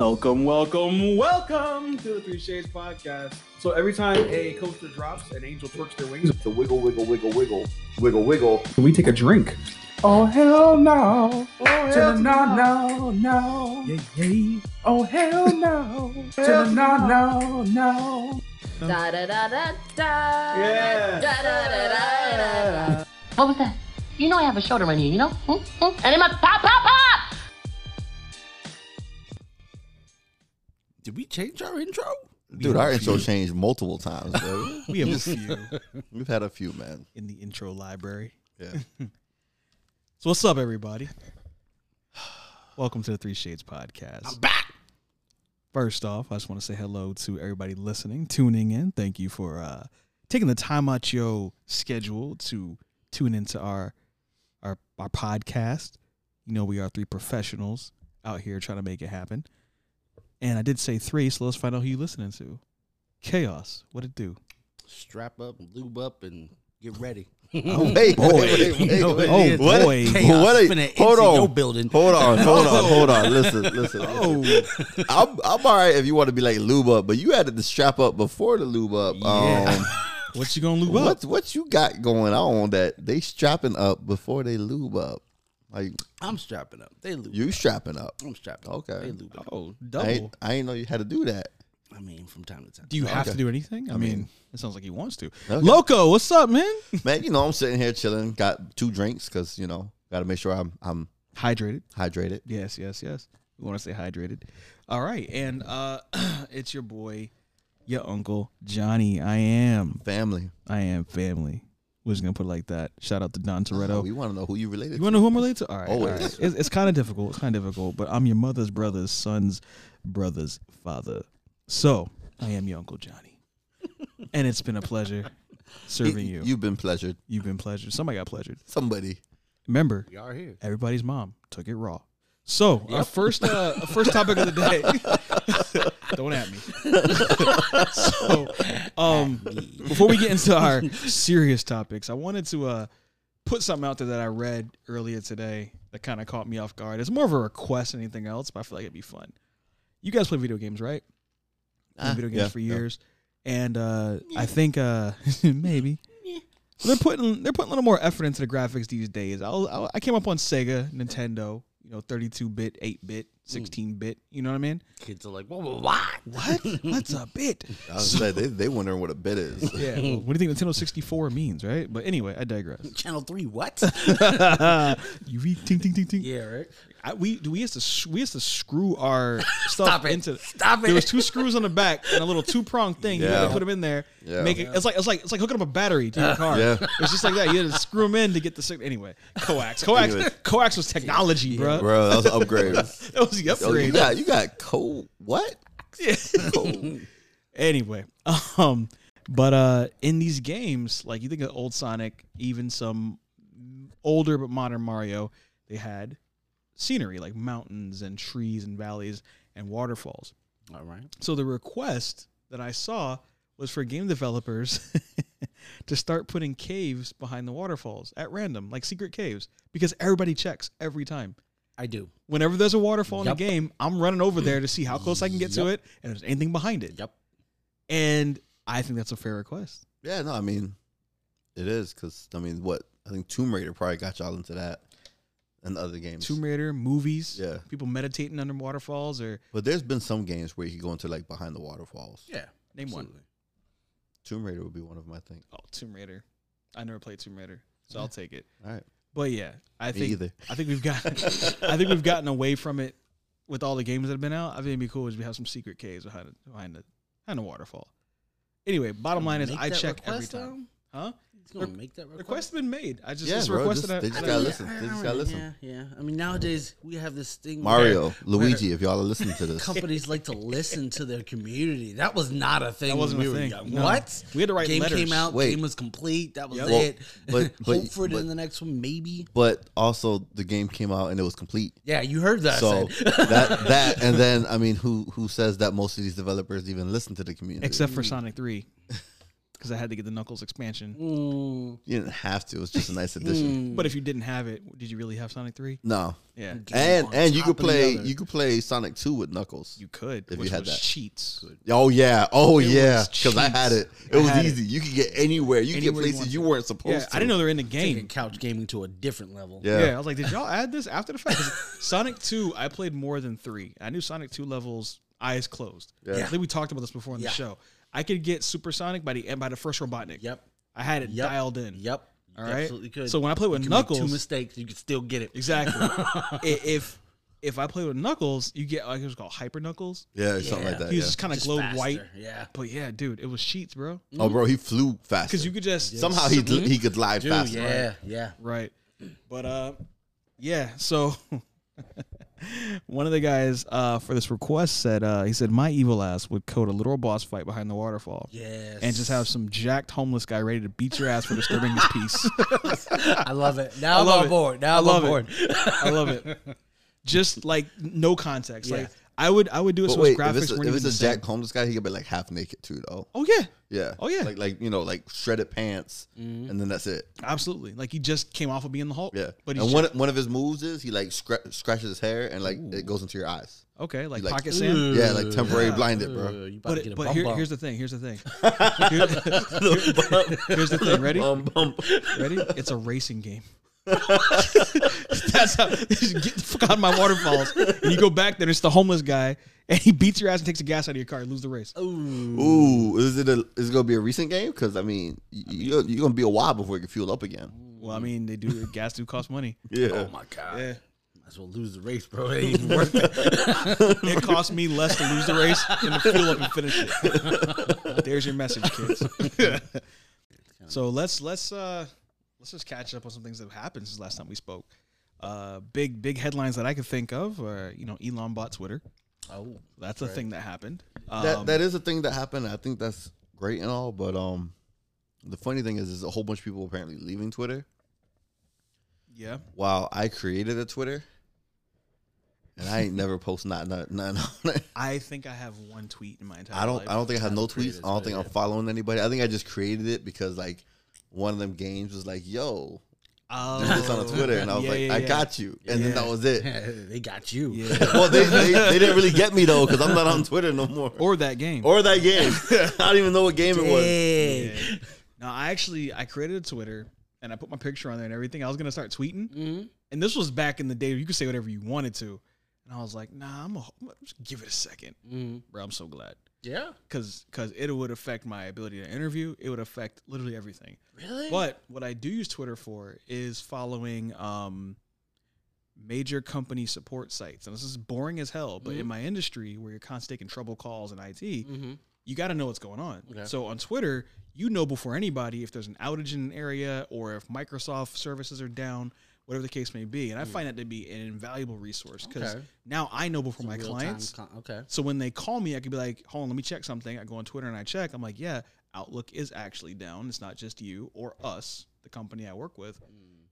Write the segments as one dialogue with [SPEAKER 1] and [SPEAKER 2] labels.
[SPEAKER 1] Welcome, welcome, welcome to the Three Shades Podcast. So every time a coaster drops, an angel twerks their wings.
[SPEAKER 2] The wiggle, wiggle, wiggle, wiggle, wiggle, wiggle.
[SPEAKER 1] Can we take a drink?
[SPEAKER 2] Oh hell no! Oh
[SPEAKER 1] Tell 'em no, no. Yay, yay.
[SPEAKER 2] Oh hell no!
[SPEAKER 1] Tell 'em no,
[SPEAKER 2] no, no!
[SPEAKER 3] Da da da da da.
[SPEAKER 1] Yeah.
[SPEAKER 3] Da da da da da.
[SPEAKER 4] What was that? You know I have a shoulder on you, you know? Hmm? Hmm? And it must pop, pop, pop!
[SPEAKER 5] Did we change our intro?
[SPEAKER 6] Dude, our intro changed multiple times, bro.
[SPEAKER 5] We have a few
[SPEAKER 6] We've had a few, man.
[SPEAKER 5] in the intro library.
[SPEAKER 6] Yeah.
[SPEAKER 5] So what's up, everybody? Welcome to the Three Shades Podcast. I'm back. First off, I just want to say hello to everybody listening, tuning in. Thank you for uh, taking the time out your schedule to tune into our our our podcast. You know, we are three professionals out here trying to make it happen. And I did say three, so let's find out who you listening to. Chaos, what it do?
[SPEAKER 7] strap up, lube up, and get ready.
[SPEAKER 6] Wait,
[SPEAKER 5] boy.
[SPEAKER 6] wait, wait,
[SPEAKER 5] Oh,
[SPEAKER 6] wait.
[SPEAKER 5] oh,
[SPEAKER 6] What?
[SPEAKER 5] boy.
[SPEAKER 6] Well,
[SPEAKER 7] Chaos
[SPEAKER 6] what a-
[SPEAKER 7] finna
[SPEAKER 6] hold
[SPEAKER 7] enter
[SPEAKER 6] on.
[SPEAKER 7] your building.
[SPEAKER 6] Hold on, hold on, hold on. Listen, listen. listen.
[SPEAKER 5] Oh,
[SPEAKER 6] I'm, I'm all right if you want to be like lube up, but you had to strap up before the lube up. Um,
[SPEAKER 5] what you gonna lube up?
[SPEAKER 6] what what you got going on that they strapping up before they lube up? Like
[SPEAKER 7] I'm strapping up. They lube.
[SPEAKER 6] you strapping up?
[SPEAKER 7] I'm strapped up.
[SPEAKER 6] Okay.
[SPEAKER 7] They lube up.
[SPEAKER 5] Oh,
[SPEAKER 6] I
[SPEAKER 5] double.
[SPEAKER 6] ain't, I ain't know you had to do that.
[SPEAKER 7] I mean, from time to time.
[SPEAKER 5] Do you have to
[SPEAKER 6] Oh, Okay.
[SPEAKER 5] do anything? I, mean,
[SPEAKER 6] mean-
[SPEAKER 5] it sounds like he wants to.
[SPEAKER 6] Okay.
[SPEAKER 5] Loco, what's up, man?
[SPEAKER 6] Man, you know I'm sitting here chilling, got two drinks because you know got to make sure I'm I'm
[SPEAKER 5] hydrated.
[SPEAKER 6] hydrated.
[SPEAKER 5] Yes, yes, yes. We want to stay hydrated. All right, and uh it's your boy, your uncle Johnny. I am,
[SPEAKER 6] Family.
[SPEAKER 5] I am family. We're just gonna put it like that. Shout out to Don
[SPEAKER 6] Oh,
[SPEAKER 5] Toretto.
[SPEAKER 6] we want to know who you related
[SPEAKER 5] You
[SPEAKER 6] to.
[SPEAKER 5] want to know who I'm related to? All right, all
[SPEAKER 6] Always.
[SPEAKER 5] right. It's, it's kind of difficult. It's kind of difficult, but I'm your mother's brother's son's brother's father. So I am your uncle Johnny, and it's been a pleasure serving you.
[SPEAKER 6] You've been pleasured.
[SPEAKER 5] You've been pleasured. Somebody got pleasured.
[SPEAKER 6] Somebody.
[SPEAKER 5] Remember,
[SPEAKER 7] We are here.
[SPEAKER 5] everybody's mom took it raw. So our first uh, our first topic of the day. Don't at me. so um, before we get into our serious topics, I wanted to uh, put something out there that I read earlier today that kind of caught me off guard. It's more of a request than anything else, but I feel like it'd be fun. You guys play video games, right? Played
[SPEAKER 6] Ah,
[SPEAKER 5] video games
[SPEAKER 6] yeah,
[SPEAKER 5] for
[SPEAKER 6] yeah.
[SPEAKER 5] years, and uh, I think uh, maybe they're putting they're putting a little more effort into the graphics these days. I was, I, I came up on Sega, Nintendo, you know, 32 bit, 8 bit, 16 bit. You know what I mean?
[SPEAKER 7] Kids are like, whoa, whoa, what?
[SPEAKER 5] What? What's a bit?
[SPEAKER 6] I was like, they they wondering what a bit is.
[SPEAKER 5] Yeah. well, what do you think Nintendo 64 means, right? But anyway, I digress.
[SPEAKER 7] Channel three, what?
[SPEAKER 5] you read ting ting ting ting.
[SPEAKER 7] yeah, right.
[SPEAKER 5] I, we we used to sh- we used to screw our stuff
[SPEAKER 7] Stop it.
[SPEAKER 5] into.
[SPEAKER 7] Stop
[SPEAKER 5] There was
[SPEAKER 7] it.
[SPEAKER 5] two screws on the back and a little two prong thing. You had
[SPEAKER 6] Yeah.
[SPEAKER 5] to put them in there.
[SPEAKER 6] Yeah.
[SPEAKER 5] Make it, It's like it's like it's like hooking up a battery to your car.
[SPEAKER 6] Yeah.
[SPEAKER 5] It's just like that. You had to screw them in to get the sig- anyway. Coax, coax,
[SPEAKER 6] Anyway.
[SPEAKER 5] coax was technology, bro.
[SPEAKER 6] Bro, that was an upgrade.
[SPEAKER 5] That was the
[SPEAKER 6] Yo, you
[SPEAKER 5] upgrade.
[SPEAKER 6] got you got cold what?
[SPEAKER 5] anyway, um, but uh, in these games, like you think of old Sonic, even some older but modern Mario, they had scenery like mountains and trees and valleys and waterfalls.
[SPEAKER 7] All right.
[SPEAKER 5] So the request that I saw was for game developers to start putting caves behind the waterfalls at random, like secret caves, because everybody checks every time.
[SPEAKER 7] I do.
[SPEAKER 5] Whenever there's a waterfall in
[SPEAKER 7] Yup.
[SPEAKER 5] a game, I'm running over there to see how close I can get to it and if there's anything behind it.
[SPEAKER 7] Yep.
[SPEAKER 5] And I think that's a fair request.
[SPEAKER 6] Yeah, no, I mean, it is because I mean, what I think Tomb Raider probably got y'all into that and other games.
[SPEAKER 5] Tomb Raider, movies,
[SPEAKER 6] Yeah.
[SPEAKER 5] people meditating under waterfalls, or
[SPEAKER 6] But there's been some games where you can go into like behind the waterfalls.
[SPEAKER 7] Yeah.
[SPEAKER 5] name one.
[SPEAKER 7] absolutely.
[SPEAKER 6] Tomb Raider would be one of them, I think.
[SPEAKER 5] Oh, Tomb Raider. I never played Tomb Raider, so I'll take it.
[SPEAKER 6] All right,
[SPEAKER 5] But yeah, I
[SPEAKER 6] Me
[SPEAKER 5] think
[SPEAKER 6] either.
[SPEAKER 5] I think we've got I think we've gotten away from it with all the games that have been out. I think it'd be cool if we have some secret caves behind the behind the behind the waterfall. Anyway, bottom line is
[SPEAKER 7] Make
[SPEAKER 5] I
[SPEAKER 7] that
[SPEAKER 5] check every
[SPEAKER 7] request,
[SPEAKER 5] time. Huh?
[SPEAKER 7] though? He's gonna
[SPEAKER 5] Re-
[SPEAKER 7] make that request.
[SPEAKER 5] Request's been made. I just
[SPEAKER 6] Yeah,
[SPEAKER 5] it's
[SPEAKER 6] bro,
[SPEAKER 5] requested
[SPEAKER 6] just-
[SPEAKER 5] I-
[SPEAKER 6] they
[SPEAKER 5] I
[SPEAKER 6] just
[SPEAKER 5] don't
[SPEAKER 6] gotta
[SPEAKER 5] know.
[SPEAKER 6] listen. They just gotta listen.
[SPEAKER 7] Yeah, yeah. I mean, nowadays we have this thing. where
[SPEAKER 6] Mario, Luigi, if y'all are listening to this,
[SPEAKER 7] Companies like to listen to their community. That was not a thing.
[SPEAKER 5] That wasn't
[SPEAKER 7] when
[SPEAKER 5] a
[SPEAKER 7] we
[SPEAKER 5] thing.
[SPEAKER 7] Were young.
[SPEAKER 5] No.
[SPEAKER 7] What?
[SPEAKER 5] We had to write
[SPEAKER 7] game
[SPEAKER 5] letters.
[SPEAKER 7] came out.
[SPEAKER 6] Wait.
[SPEAKER 7] Game was complete. That was
[SPEAKER 5] Yep.
[SPEAKER 6] Well,
[SPEAKER 7] it.
[SPEAKER 6] but- but-
[SPEAKER 7] Hope for it
[SPEAKER 6] but-
[SPEAKER 7] in the next one, maybe.
[SPEAKER 6] but also the game came out and it was complete.
[SPEAKER 7] Yeah, you heard that. I
[SPEAKER 6] So
[SPEAKER 7] said.
[SPEAKER 6] that that and then Mm. I mean, who who says that most of these developers even listen to the community?
[SPEAKER 5] Except for Sonic 3. because I had to get the Knuckles expansion.
[SPEAKER 7] Mm,
[SPEAKER 6] You didn't have to. It was just a nice addition.
[SPEAKER 7] mm.
[SPEAKER 5] But if you didn't have it, did you really have Sonic Three?
[SPEAKER 6] No,
[SPEAKER 5] Yeah,
[SPEAKER 7] Game
[SPEAKER 6] and
[SPEAKER 7] on
[SPEAKER 6] and you
[SPEAKER 7] top
[SPEAKER 6] could
[SPEAKER 7] of the
[SPEAKER 6] play
[SPEAKER 7] other.
[SPEAKER 6] you could play Sonic Two with Knuckles.
[SPEAKER 5] you could.
[SPEAKER 6] If you
[SPEAKER 5] which
[SPEAKER 6] had
[SPEAKER 5] was
[SPEAKER 6] that.
[SPEAKER 5] cheats.
[SPEAKER 6] Oh yeah, oh
[SPEAKER 5] It
[SPEAKER 6] yeah,
[SPEAKER 5] was
[SPEAKER 6] because I had it. It
[SPEAKER 5] I
[SPEAKER 6] was
[SPEAKER 5] had it.
[SPEAKER 6] easy. You could get anywhere. You could get
[SPEAKER 5] Anywhere you
[SPEAKER 6] places
[SPEAKER 5] wanted.
[SPEAKER 6] you, weren't supposed
[SPEAKER 5] Yeah,
[SPEAKER 6] to.
[SPEAKER 5] I didn't know they were in the
[SPEAKER 7] taking
[SPEAKER 5] game.
[SPEAKER 7] couch gaming to a different level.
[SPEAKER 6] Yeah,
[SPEAKER 5] Yeah. I was like, did y'all add this after the fact? 'Cause Sonic Two, I played more than three. I knew Sonic Two levels eyes closed.
[SPEAKER 6] Yeah.
[SPEAKER 5] I think we talked about this before on
[SPEAKER 7] Yeah.
[SPEAKER 5] the show. I could get Super Sonic by the end by the first Robotnik.
[SPEAKER 7] Yep.
[SPEAKER 5] I had it
[SPEAKER 7] Yep.
[SPEAKER 5] dialed in.
[SPEAKER 7] Yep.
[SPEAKER 5] All
[SPEAKER 7] You
[SPEAKER 5] right.
[SPEAKER 7] Absolutely could.
[SPEAKER 5] So when I play with
[SPEAKER 7] you
[SPEAKER 5] Knuckles,
[SPEAKER 7] make two mistakes, you could still get it.
[SPEAKER 5] exactly. I- if if I play with Knuckles, you get like it was called Hyper Knuckles.
[SPEAKER 6] yeah, something like
[SPEAKER 7] Yeah.
[SPEAKER 6] that.
[SPEAKER 5] He was
[SPEAKER 6] yeah.
[SPEAKER 5] just kind of
[SPEAKER 7] Just
[SPEAKER 5] glowed
[SPEAKER 7] faster.
[SPEAKER 5] white.
[SPEAKER 7] Yeah.
[SPEAKER 5] But yeah, dude, it was sheets, bro.
[SPEAKER 7] Mm-hmm.
[SPEAKER 6] oh, bro, he flew fast.
[SPEAKER 5] Because you could just
[SPEAKER 6] somehow he he could glide
[SPEAKER 7] Dude,
[SPEAKER 6] faster.
[SPEAKER 7] yeah, yeah.
[SPEAKER 5] Right. But uh yeah, so one of the guys uh for this request said uh he said my evil ass would code a literal boss fight behind the waterfall.
[SPEAKER 7] Yes.
[SPEAKER 5] And just have some jacked homeless guy ready to beat your ass for disturbing his peace.
[SPEAKER 7] I love it. Now
[SPEAKER 5] I
[SPEAKER 7] I'm
[SPEAKER 5] love
[SPEAKER 7] on
[SPEAKER 5] it.
[SPEAKER 7] board. Now
[SPEAKER 5] I
[SPEAKER 7] I'm on
[SPEAKER 5] love it.
[SPEAKER 7] board.
[SPEAKER 5] I love it. Just like no context.
[SPEAKER 7] Yeah.
[SPEAKER 5] Like I would I would do it
[SPEAKER 6] But
[SPEAKER 5] so
[SPEAKER 6] wait, if
[SPEAKER 5] his
[SPEAKER 6] it's
[SPEAKER 5] graphics
[SPEAKER 6] a,
[SPEAKER 5] weren't
[SPEAKER 6] if
[SPEAKER 5] even
[SPEAKER 6] it's
[SPEAKER 5] the
[SPEAKER 6] a
[SPEAKER 5] same.
[SPEAKER 6] Jack Holmes guy, he could be like half naked too, though.
[SPEAKER 5] Oh yeah.
[SPEAKER 6] Yeah.
[SPEAKER 5] Oh, yeah.
[SPEAKER 6] Like like you know like shredded pants,
[SPEAKER 7] Mm-hmm.
[SPEAKER 6] and then that's it.
[SPEAKER 5] Absolutely. Like he just came off of being the Hulk.
[SPEAKER 6] Yeah.
[SPEAKER 5] But he's
[SPEAKER 6] and one one of his moves is he like scra- scratches his hair and like it goes into your eyes.
[SPEAKER 5] jacked. okay, like,
[SPEAKER 6] like,
[SPEAKER 5] pocket sand.
[SPEAKER 6] Yeah, like temporary blinded, bro.
[SPEAKER 7] Uh, you about to
[SPEAKER 5] But,
[SPEAKER 7] get
[SPEAKER 5] it,
[SPEAKER 7] a
[SPEAKER 5] but
[SPEAKER 7] bum
[SPEAKER 5] here,
[SPEAKER 7] bump.
[SPEAKER 5] here's the thing. Here's the thing. Here- here's the thing. Ready?
[SPEAKER 6] Bum, bum.
[SPEAKER 5] Ready? It's a racing game. That's how just get the fuck out of my waterfalls. And you go back there, it's the homeless guy, and he beats your ass and takes the gas out of your car and lose the race.
[SPEAKER 6] Ooh, is it a is it gonna be a recent game? Because I mean, y- you're, you're gonna be a while before it can fuel up again.
[SPEAKER 5] Well, I mean, they do gas do cost money.
[SPEAKER 6] Yeah.
[SPEAKER 7] Oh my god.
[SPEAKER 5] Yeah.
[SPEAKER 7] Might as well lose the race, bro. It ain't even worth it.
[SPEAKER 5] It cost me less to lose the race than to fuel up and finish it. There's your message, kids. so let's let's uh let's just catch up on some things that have happened since last time we spoke. Uh big big headlines that I could think of are, you know, Elon bought Twitter.
[SPEAKER 7] Oh.
[SPEAKER 5] That's a thing that happened.
[SPEAKER 6] that
[SPEAKER 5] Um,
[SPEAKER 6] that is a thing that happened. I think that's great and all, but um, the funny thing is, there's a whole bunch of people apparently leaving Twitter.
[SPEAKER 5] yeah.
[SPEAKER 6] While I created a Twitter, and I ain't never post not not not. not
[SPEAKER 5] I think I have one tweet in my entire
[SPEAKER 6] I don't.
[SPEAKER 5] life.
[SPEAKER 6] I don't think I have no
[SPEAKER 7] created
[SPEAKER 6] tweets. I don't think I'm following anybody. I think I just created it because like one of them games was like, "Yo,
[SPEAKER 5] Oh.
[SPEAKER 6] do this on Twitter," and I was
[SPEAKER 5] Yeah,
[SPEAKER 6] like,
[SPEAKER 5] yeah,
[SPEAKER 6] "I
[SPEAKER 5] yeah.
[SPEAKER 6] got you," and then that was it.
[SPEAKER 7] they got you.
[SPEAKER 5] Yeah.
[SPEAKER 6] well, they, they, they didn't really get me though because I'm not on Twitter no more. Or,
[SPEAKER 5] or that game.
[SPEAKER 6] that game. I don't even know what game it was.
[SPEAKER 7] Dang.
[SPEAKER 5] No, I actually I created a Twitter and I put my picture on there and everything. I was gonna start tweeting,
[SPEAKER 7] Mm-hmm.
[SPEAKER 5] and this was back in the day where you could say whatever you wanted to, and I was like, Nah, I'm gonna just give it a second, bro. I'm so glad
[SPEAKER 7] Mm-hmm. Yeah.
[SPEAKER 5] because because it would affect my ability to interview. It would affect literally everything.
[SPEAKER 7] Really?
[SPEAKER 5] But what I do use Twitter for is following um, major company support sites. And this is boring as hell, but in my industry where you're constantly taking trouble calls in IT,
[SPEAKER 7] Mm-hmm.
[SPEAKER 5] you got to know what's going on. So on Twitter, you know before anybody if there's an outage in an area or if Microsoft services are down, whatever the case may be. And I find that to be an invaluable resource because
[SPEAKER 7] Okay.
[SPEAKER 5] now I know before my
[SPEAKER 7] Real-time
[SPEAKER 5] clients.
[SPEAKER 7] con- okay.
[SPEAKER 5] So when they call me, I could be like, hold on, let me check something. I go on Twitter and I check. I'm like, yeah, Outlook is actually down. It's not just you or us, the company I work with.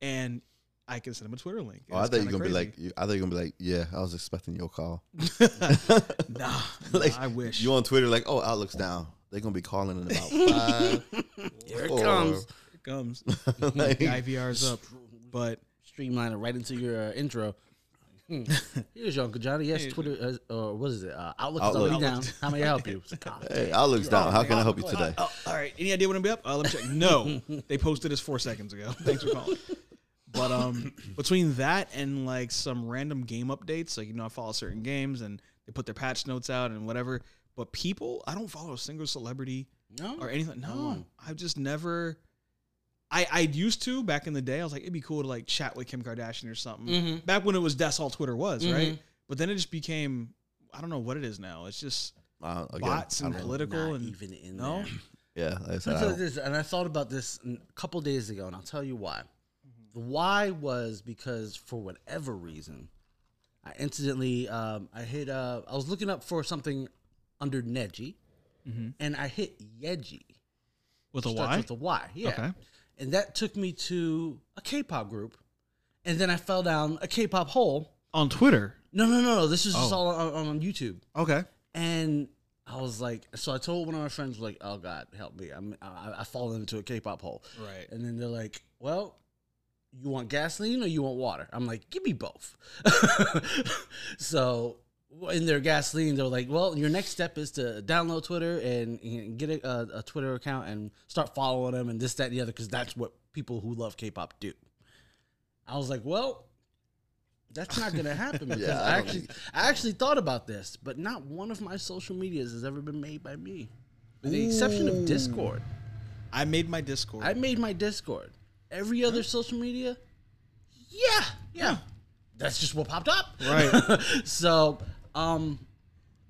[SPEAKER 5] And I can send them a Twitter link.
[SPEAKER 6] Oh, I thought you were gonna be like. you- I thought you were gonna be like, yeah. I was expecting your call.
[SPEAKER 5] be like, nah,
[SPEAKER 6] like,
[SPEAKER 5] I wish.
[SPEAKER 6] you on Twitter like, oh, Outlook's down. They're gonna be calling in about five.
[SPEAKER 7] Here
[SPEAKER 6] four.
[SPEAKER 7] it comes.
[SPEAKER 5] Here it comes.
[SPEAKER 6] Like,
[SPEAKER 5] IVR's up. But
[SPEAKER 7] Streamline it right into your uh, intro. Hmm. Here's your Uncle Johnny. Yes, Twitter, uh, or what is it? Uh, Outlook,
[SPEAKER 6] Outlook.
[SPEAKER 7] is already down. How may I help you? It's like, "Ah,
[SPEAKER 6] hey, Outlook's down. How can I help you today?
[SPEAKER 5] oh, all right, any idea when it'll be up? Uh, let me check. No, they posted this four seconds ago. Thanks for calling. But um, between that and like some random game updates, like you know, I follow certain games and they put their patch notes out and whatever. But people, I don't follow a single celebrity
[SPEAKER 7] no.
[SPEAKER 5] or anything. No,
[SPEAKER 7] Mm.
[SPEAKER 5] I've just never. I I used to back in the day. I was like, it'd be cool to like chat with Kim Kardashian or something.
[SPEAKER 7] Mhm.
[SPEAKER 5] Back when it was that's all Twitter was, right?
[SPEAKER 7] Mhm.
[SPEAKER 5] But then it just became I don't know what it is now. It's just
[SPEAKER 6] Uh, again,
[SPEAKER 5] bots
[SPEAKER 6] I
[SPEAKER 5] and
[SPEAKER 6] don't-
[SPEAKER 5] political
[SPEAKER 7] Not
[SPEAKER 5] and
[SPEAKER 7] even in
[SPEAKER 5] no.
[SPEAKER 7] there.
[SPEAKER 6] Yeah, like I said,
[SPEAKER 7] Let
[SPEAKER 6] I
[SPEAKER 7] me tell you
[SPEAKER 6] don't-
[SPEAKER 7] this, and I thought about this n- a couple days ago, and I'll tell you why. The why was because for whatever reason, I incidentally um, I hit. Uh, I was looking up for something under Neji, and I hit Yeji.
[SPEAKER 5] Mm-hmm. with a
[SPEAKER 7] Starts
[SPEAKER 5] Y.
[SPEAKER 7] With a Y, yeah.
[SPEAKER 5] Okay.
[SPEAKER 7] And that took me to a K-pop group, and then I fell down a K-pop hole.
[SPEAKER 5] on Twitter. Oh.
[SPEAKER 7] No, no, no, no. This is just all on, on YouTube,
[SPEAKER 5] Okay.
[SPEAKER 7] and I I was like, so I told one of my friends, like, oh God, help me. I'm, I, I fallen into a K-pop hole.
[SPEAKER 5] Right.
[SPEAKER 7] And then they're like, well, you want gasoline or you want water? I'm like, give me both. so in their gasoline, they're like, well, your next step is to download Twitter and, and get a, a, a Twitter account and start following them and this, that, and the other, because that's what people who love K-pop do. I was like, well, that's not gonna happen because
[SPEAKER 6] Yeah,
[SPEAKER 7] I,
[SPEAKER 6] I don't
[SPEAKER 7] actually
[SPEAKER 6] think-
[SPEAKER 7] I actually thought about this, but not one of my social medias has ever been made by me. With the exception of Discord.
[SPEAKER 5] I made my Discord.
[SPEAKER 7] I made my Discord. Every other social media, yeah, yeah. That's just what popped up.
[SPEAKER 5] Right.
[SPEAKER 7] so um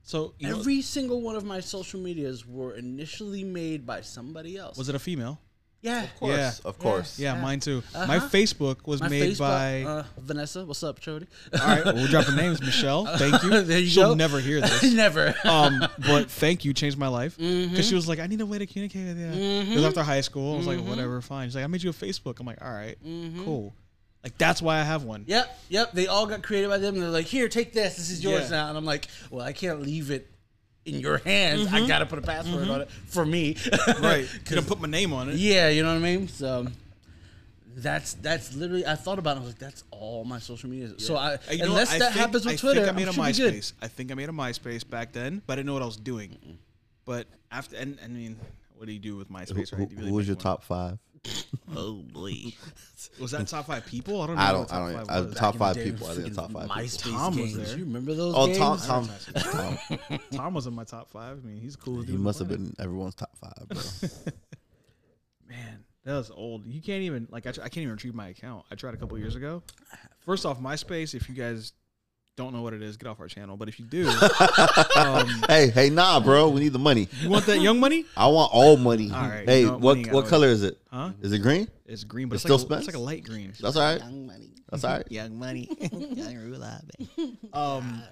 [SPEAKER 5] so you know,
[SPEAKER 7] every single one of my social medias were initially made by somebody else.
[SPEAKER 5] was it a female?
[SPEAKER 7] yeah.
[SPEAKER 6] Of course,
[SPEAKER 5] Yeah.
[SPEAKER 6] of course.
[SPEAKER 5] Yeah, mine too. My Facebook was
[SPEAKER 7] Uh-huh. My
[SPEAKER 5] made
[SPEAKER 7] Facebook,
[SPEAKER 5] by.
[SPEAKER 7] uh, Vanessa. What's up, Chody?
[SPEAKER 5] all right, well, we're dropping names. Michelle, thank you.
[SPEAKER 7] there you
[SPEAKER 5] She'll
[SPEAKER 7] go.
[SPEAKER 5] never hear this.
[SPEAKER 7] Never.
[SPEAKER 5] um, but thank you, changed my life. Because
[SPEAKER 7] Mm-hmm.
[SPEAKER 5] she was like, I need a way to communicate with you. It was after high school. I was like, whatever, fine. She's like, I made you a Facebook. I'm like, all right,
[SPEAKER 7] Mm-hmm.
[SPEAKER 5] cool. Like that's why I have one.
[SPEAKER 7] Yep, yep. They all got created by them. They're like, here, take this. This is yours
[SPEAKER 5] Yeah.
[SPEAKER 7] now. And I'm like, well, I can't leave it in your hands. I gotta put a password on it for me.
[SPEAKER 5] Mm-hmm. Right, could
[SPEAKER 7] 'Cause-
[SPEAKER 5] have put my name on it.
[SPEAKER 7] yeah, you know what I mean. So that's that's literally. I thought about. it. I was like, that's all my social media. So I
[SPEAKER 5] Uh, you know what?
[SPEAKER 7] unless
[SPEAKER 5] I
[SPEAKER 7] that
[SPEAKER 5] think-
[SPEAKER 7] happens with
[SPEAKER 5] I
[SPEAKER 7] Twitter,
[SPEAKER 5] think I
[SPEAKER 7] I
[SPEAKER 5] made
[SPEAKER 7] am
[SPEAKER 5] a
[SPEAKER 7] sure good.
[SPEAKER 5] MySpace. I think I made a MySpace back then, but I didn't know what I was doing. But after, and I mean, what do you do with
[SPEAKER 6] Who,
[SPEAKER 5] MySpace?
[SPEAKER 6] who-
[SPEAKER 5] right? Do you really
[SPEAKER 6] who was
[SPEAKER 5] make
[SPEAKER 6] your
[SPEAKER 5] one?
[SPEAKER 6] top five?
[SPEAKER 7] Oh boy,
[SPEAKER 5] Was that top five people? I don't.
[SPEAKER 6] I
[SPEAKER 5] know
[SPEAKER 6] don't.
[SPEAKER 5] what
[SPEAKER 6] I don't.
[SPEAKER 5] top
[SPEAKER 6] I,
[SPEAKER 7] Back in the
[SPEAKER 6] top five
[SPEAKER 5] five was.
[SPEAKER 7] day,
[SPEAKER 6] people. I think
[SPEAKER 7] freaking
[SPEAKER 6] the top five. people.
[SPEAKER 7] MySpace
[SPEAKER 5] Tom was
[SPEAKER 7] games.
[SPEAKER 5] there.
[SPEAKER 7] You remember those?
[SPEAKER 6] Oh,
[SPEAKER 7] games?
[SPEAKER 6] Tom. Tom. Tom.
[SPEAKER 5] Tom was in my top five. I mean, he's cool.
[SPEAKER 6] He must have been everyone's top five, bro.
[SPEAKER 5] Man, that was old. You can't even like I, tr- I can't even retrieve my account. I tried a couple years ago. First off, MySpace. If you guys don't know what it is, get off our channel. But if you do, um,
[SPEAKER 6] hey, hey, nah, bro. We need the money.
[SPEAKER 5] you want that young money?
[SPEAKER 6] I want all money.
[SPEAKER 5] All right,
[SPEAKER 6] hey,
[SPEAKER 5] no,
[SPEAKER 6] what
[SPEAKER 5] money got
[SPEAKER 6] what
[SPEAKER 5] it.
[SPEAKER 6] color is it?
[SPEAKER 5] Huh?
[SPEAKER 6] Is it green?
[SPEAKER 5] It's green,
[SPEAKER 6] It
[SPEAKER 5] but it's,
[SPEAKER 6] Mm-hmm. still
[SPEAKER 5] like a,
[SPEAKER 6] spins?
[SPEAKER 5] it's like a light green.
[SPEAKER 6] That's all right. That's all right.
[SPEAKER 5] Young money, Um,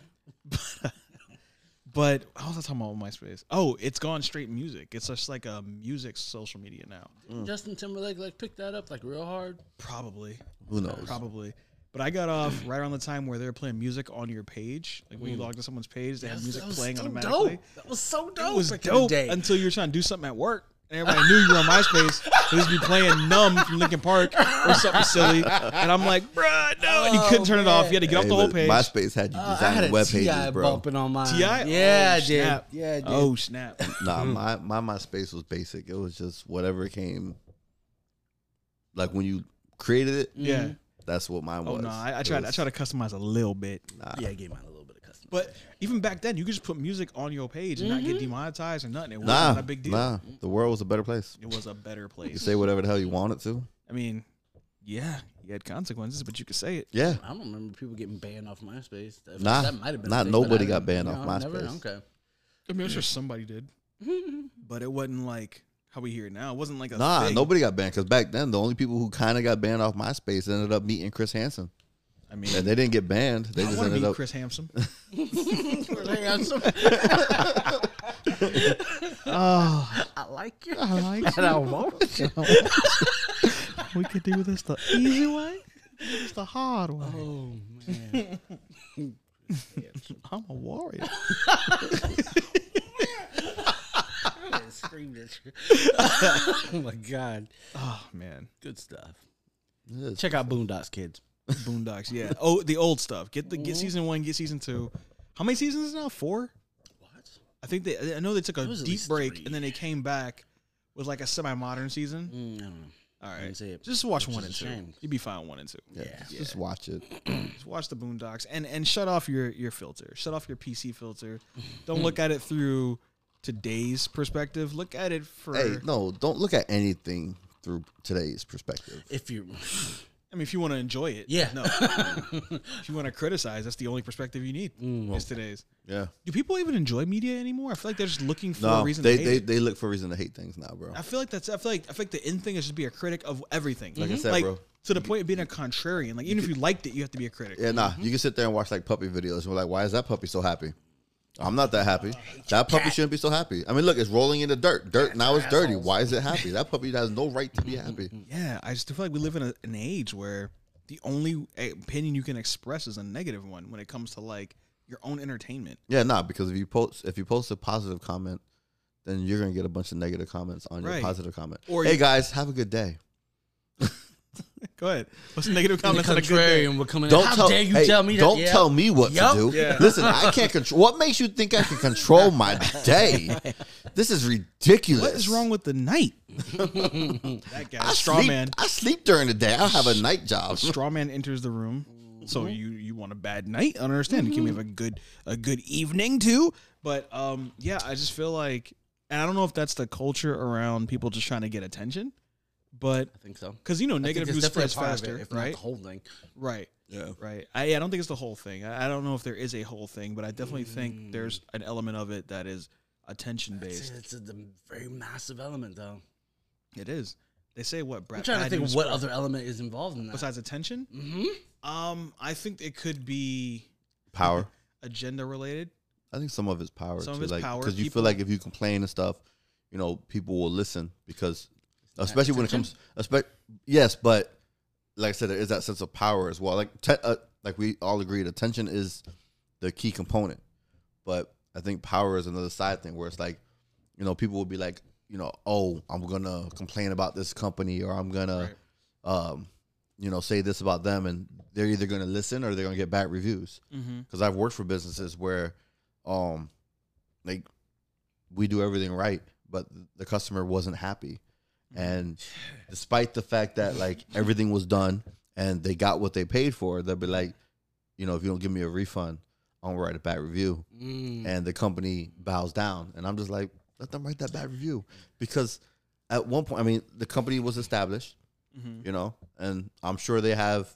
[SPEAKER 5] but how was I talking about MySpace? Oh, it's gone straight music. It's just like a music social media now.
[SPEAKER 7] Justin Timberlake like picked that up like real hard.
[SPEAKER 5] Probably.
[SPEAKER 6] Who knows?
[SPEAKER 5] Probably. But I got off right around the time where they were playing music on your page. Like when you logged into someone's page, they had music
[SPEAKER 7] That was
[SPEAKER 5] playing
[SPEAKER 7] so
[SPEAKER 5] automatically.
[SPEAKER 7] Dope. That was so dope.
[SPEAKER 5] It was
[SPEAKER 7] back in the
[SPEAKER 5] dope
[SPEAKER 7] day.
[SPEAKER 5] until you were trying to do something at work. And everybody knew you were on MySpace. They just be playing "Numb" from Linkin Park or something silly, and I'm like, "Bruh, no!" And you couldn't turn it off. You had to get off
[SPEAKER 6] Hey,
[SPEAKER 5] the whole
[SPEAKER 6] but
[SPEAKER 5] page.
[SPEAKER 6] MySpace had you
[SPEAKER 7] Uh, I had
[SPEAKER 6] designing
[SPEAKER 7] a
[SPEAKER 6] web
[SPEAKER 7] TI
[SPEAKER 6] pages, bro.
[SPEAKER 7] bumping on mine.
[SPEAKER 5] Ti?
[SPEAKER 7] Yeah,
[SPEAKER 5] Oh,
[SPEAKER 7] I did.
[SPEAKER 5] snap.
[SPEAKER 7] Yeah, I did.
[SPEAKER 5] Oh snap!
[SPEAKER 6] Nah, my my MySpace was basic. It was just whatever came. Like when you created it,
[SPEAKER 5] Yeah.
[SPEAKER 6] that's what mine
[SPEAKER 5] Oh
[SPEAKER 6] was.
[SPEAKER 5] no, I, I
[SPEAKER 6] It
[SPEAKER 5] tried. I
[SPEAKER 6] was-
[SPEAKER 5] tried to customize a little bit,
[SPEAKER 7] yeah, I gave mine a little bit of custom.
[SPEAKER 5] but even back then, you could just put music on your page and not get demonetized or nothing. It was
[SPEAKER 6] Nah,
[SPEAKER 5] not a big deal.
[SPEAKER 6] nah. The world was a better place.
[SPEAKER 5] It was a better
[SPEAKER 6] You
[SPEAKER 5] place.
[SPEAKER 6] say whatever the hell you wanted to.
[SPEAKER 5] I mean, yeah, you had consequences, but you could say it.
[SPEAKER 6] Yeah,
[SPEAKER 7] I don't remember people getting banned off MySpace. That,
[SPEAKER 6] Nah,
[SPEAKER 7] that might have been a
[SPEAKER 6] not
[SPEAKER 7] thing, but I
[SPEAKER 6] nobody
[SPEAKER 7] didn't-
[SPEAKER 6] got banned
[SPEAKER 7] no,
[SPEAKER 6] off
[SPEAKER 7] never?
[SPEAKER 6] MySpace.
[SPEAKER 7] Okay,
[SPEAKER 5] I mean, I'm sure somebody did, but it wasn't like how we hear it now. It wasn't like a
[SPEAKER 6] nah,
[SPEAKER 5] thing.
[SPEAKER 6] nobody got banned because back then the only people who kind of got banned off MySpace ended up meeting Chris Hansen,
[SPEAKER 5] I mean,
[SPEAKER 6] and they didn't get banned. They
[SPEAKER 5] I
[SPEAKER 6] just
[SPEAKER 5] want to
[SPEAKER 6] ended
[SPEAKER 5] be
[SPEAKER 6] up.
[SPEAKER 5] Chris Hampson.
[SPEAKER 7] I like it.
[SPEAKER 5] I like
[SPEAKER 7] I won't.
[SPEAKER 5] we could do this the easy way. It's the hard way.
[SPEAKER 7] Oh man,
[SPEAKER 5] I'm a warrior.
[SPEAKER 7] I done screamed at you. oh my god,
[SPEAKER 5] Oh man,
[SPEAKER 7] good stuff.
[SPEAKER 6] Yes.
[SPEAKER 7] Check out Boondocks, kids.
[SPEAKER 5] Boondocks. Yeah. Oh, the old stuff. Get the get season one. Get season two. How many seasons now? Four.
[SPEAKER 7] What?
[SPEAKER 5] I think they. I know they took a
[SPEAKER 7] It was at
[SPEAKER 5] deep
[SPEAKER 7] least
[SPEAKER 5] break
[SPEAKER 7] three.
[SPEAKER 5] and then they came back with like a semi-modern season.
[SPEAKER 7] Mm, I don't know.
[SPEAKER 5] All
[SPEAKER 7] didn't
[SPEAKER 5] right.
[SPEAKER 7] see it,
[SPEAKER 5] Just watch
[SPEAKER 7] which
[SPEAKER 5] one
[SPEAKER 7] is a
[SPEAKER 5] and two.
[SPEAKER 7] shame.
[SPEAKER 5] You'd be fine with one and two.
[SPEAKER 6] Yeah,
[SPEAKER 7] Yeah.
[SPEAKER 6] just watch it.
[SPEAKER 5] Just watch the Boondocks and and shut off your your filter. Shut off your PC filter. Don't look at it through today's perspective. Look at it for.
[SPEAKER 6] Hey, no, don't look at anything through today's perspective.
[SPEAKER 7] If you,
[SPEAKER 5] I mean, if you want to enjoy it,
[SPEAKER 7] Yeah.
[SPEAKER 5] No, if you want to criticize, that's the only perspective you need.
[SPEAKER 7] Mm,
[SPEAKER 5] is today's.
[SPEAKER 6] Yeah.
[SPEAKER 5] Do people even enjoy media anymore? I feel like they're just looking for a
[SPEAKER 6] No,
[SPEAKER 5] reason.
[SPEAKER 6] they,
[SPEAKER 5] to hate
[SPEAKER 6] they,
[SPEAKER 5] it.
[SPEAKER 6] they look for a reason to hate things now, bro.
[SPEAKER 5] I feel like that's. I feel like I feel like the end thing is just be a critic of everything.
[SPEAKER 6] Like I
[SPEAKER 7] Mm-hmm.
[SPEAKER 6] said, bro.
[SPEAKER 5] To the point of being a contrarian. Like even if you liked it, you have to be a critic.
[SPEAKER 6] Yeah, nah. You can sit there and watch like puppy videos. And we're like, why is that puppy so happy? I'm not that happy. That puppy shouldn't be so happy. I mean, look, it's rolling in the dirt. Dirt now it's dirty. Why is it happy? That puppy has no right to be happy.
[SPEAKER 5] Yeah, I just feel like we live in a, an age where the only opinion you can express is a negative one when it comes to like your own entertainment.
[SPEAKER 6] Yeah, nah, because if you post if you post a positive comment, then you're gonna get a bunch of negative comments on
[SPEAKER 5] Right.
[SPEAKER 6] your positive comment.
[SPEAKER 5] Or
[SPEAKER 6] hey
[SPEAKER 5] you-
[SPEAKER 6] guys, have a good day.
[SPEAKER 5] Go ahead. What's the negative
[SPEAKER 7] The
[SPEAKER 5] comments on a good day?
[SPEAKER 7] contrarian would come in.
[SPEAKER 6] Don't
[SPEAKER 7] How
[SPEAKER 6] tell,
[SPEAKER 7] dare you
[SPEAKER 6] hey,
[SPEAKER 7] tell me that?
[SPEAKER 6] Don't
[SPEAKER 7] Yeah.
[SPEAKER 6] tell me what
[SPEAKER 7] Yup.
[SPEAKER 6] to do.
[SPEAKER 1] Yeah.
[SPEAKER 6] Listen, I can't control. What makes you think I can control my day? This is ridiculous.
[SPEAKER 5] What is wrong with the night? that guy,
[SPEAKER 6] I
[SPEAKER 5] straw
[SPEAKER 6] sleep,
[SPEAKER 5] man.
[SPEAKER 6] I sleep during the day. I don't have a night job.
[SPEAKER 5] Straw man enters the room. So
[SPEAKER 7] Mm-hmm.
[SPEAKER 5] you you want a bad night? I don't understand. Can we have a good a good evening too? But um, yeah, I just feel like, and I don't know if that's the culture around people just trying to get attention, but
[SPEAKER 7] I think so.
[SPEAKER 5] because you know
[SPEAKER 7] I think
[SPEAKER 5] negative
[SPEAKER 7] it's
[SPEAKER 5] news
[SPEAKER 7] definitely a
[SPEAKER 5] spreads
[SPEAKER 7] part of
[SPEAKER 5] faster,
[SPEAKER 7] it, if not
[SPEAKER 5] right?
[SPEAKER 7] the whole thing.
[SPEAKER 5] Right.
[SPEAKER 6] Yeah.
[SPEAKER 5] Right. I, yeah, I don't think it's the whole thing. I, I don't know if there is a whole thing, but I definitely think there's
[SPEAKER 7] Mm.
[SPEAKER 5] an element of it that is attention
[SPEAKER 7] It's,
[SPEAKER 5] based.
[SPEAKER 7] a, it's a very massive element, though.
[SPEAKER 5] It is. They say what? Brad,
[SPEAKER 7] I'm trying to
[SPEAKER 5] bad
[SPEAKER 7] think
[SPEAKER 5] news
[SPEAKER 7] what
[SPEAKER 5] spread-
[SPEAKER 7] other element is involved in that.
[SPEAKER 5] besides attention.
[SPEAKER 7] hmm
[SPEAKER 5] Um, I think it could be
[SPEAKER 6] Power.
[SPEAKER 5] agenda related.
[SPEAKER 6] I think some of it's power.
[SPEAKER 5] Some of
[SPEAKER 6] too,
[SPEAKER 5] it's
[SPEAKER 6] like,
[SPEAKER 5] power.
[SPEAKER 6] Because you feel
[SPEAKER 5] People-
[SPEAKER 6] like if you complain and stuff, you know, people will listen because, especially when it comes, espe- yes, but like I said, there is that sense of power as well. Like, te- uh, like we all agreed, attention is the key component, but I think power is another side thing where it's like, you know, people will be like, you know, oh, I'm gonna complain about this company or I'm gonna, um, you know, say this about them, and they're either gonna listen or they're gonna get bad reviews
[SPEAKER 5] Mm-hmm.
[SPEAKER 6] because I've worked for businesses where, um, like we do everything right, but the customer wasn't happy, and despite the fact that like everything was done and they got what they paid for, they'll be like, you know, if you don't give me a refund, I'm gonna write a bad review, and the company bows down, and I'm just like, let them write that bad review because at one point, I mean, the company was established, you know, and I'm sure they have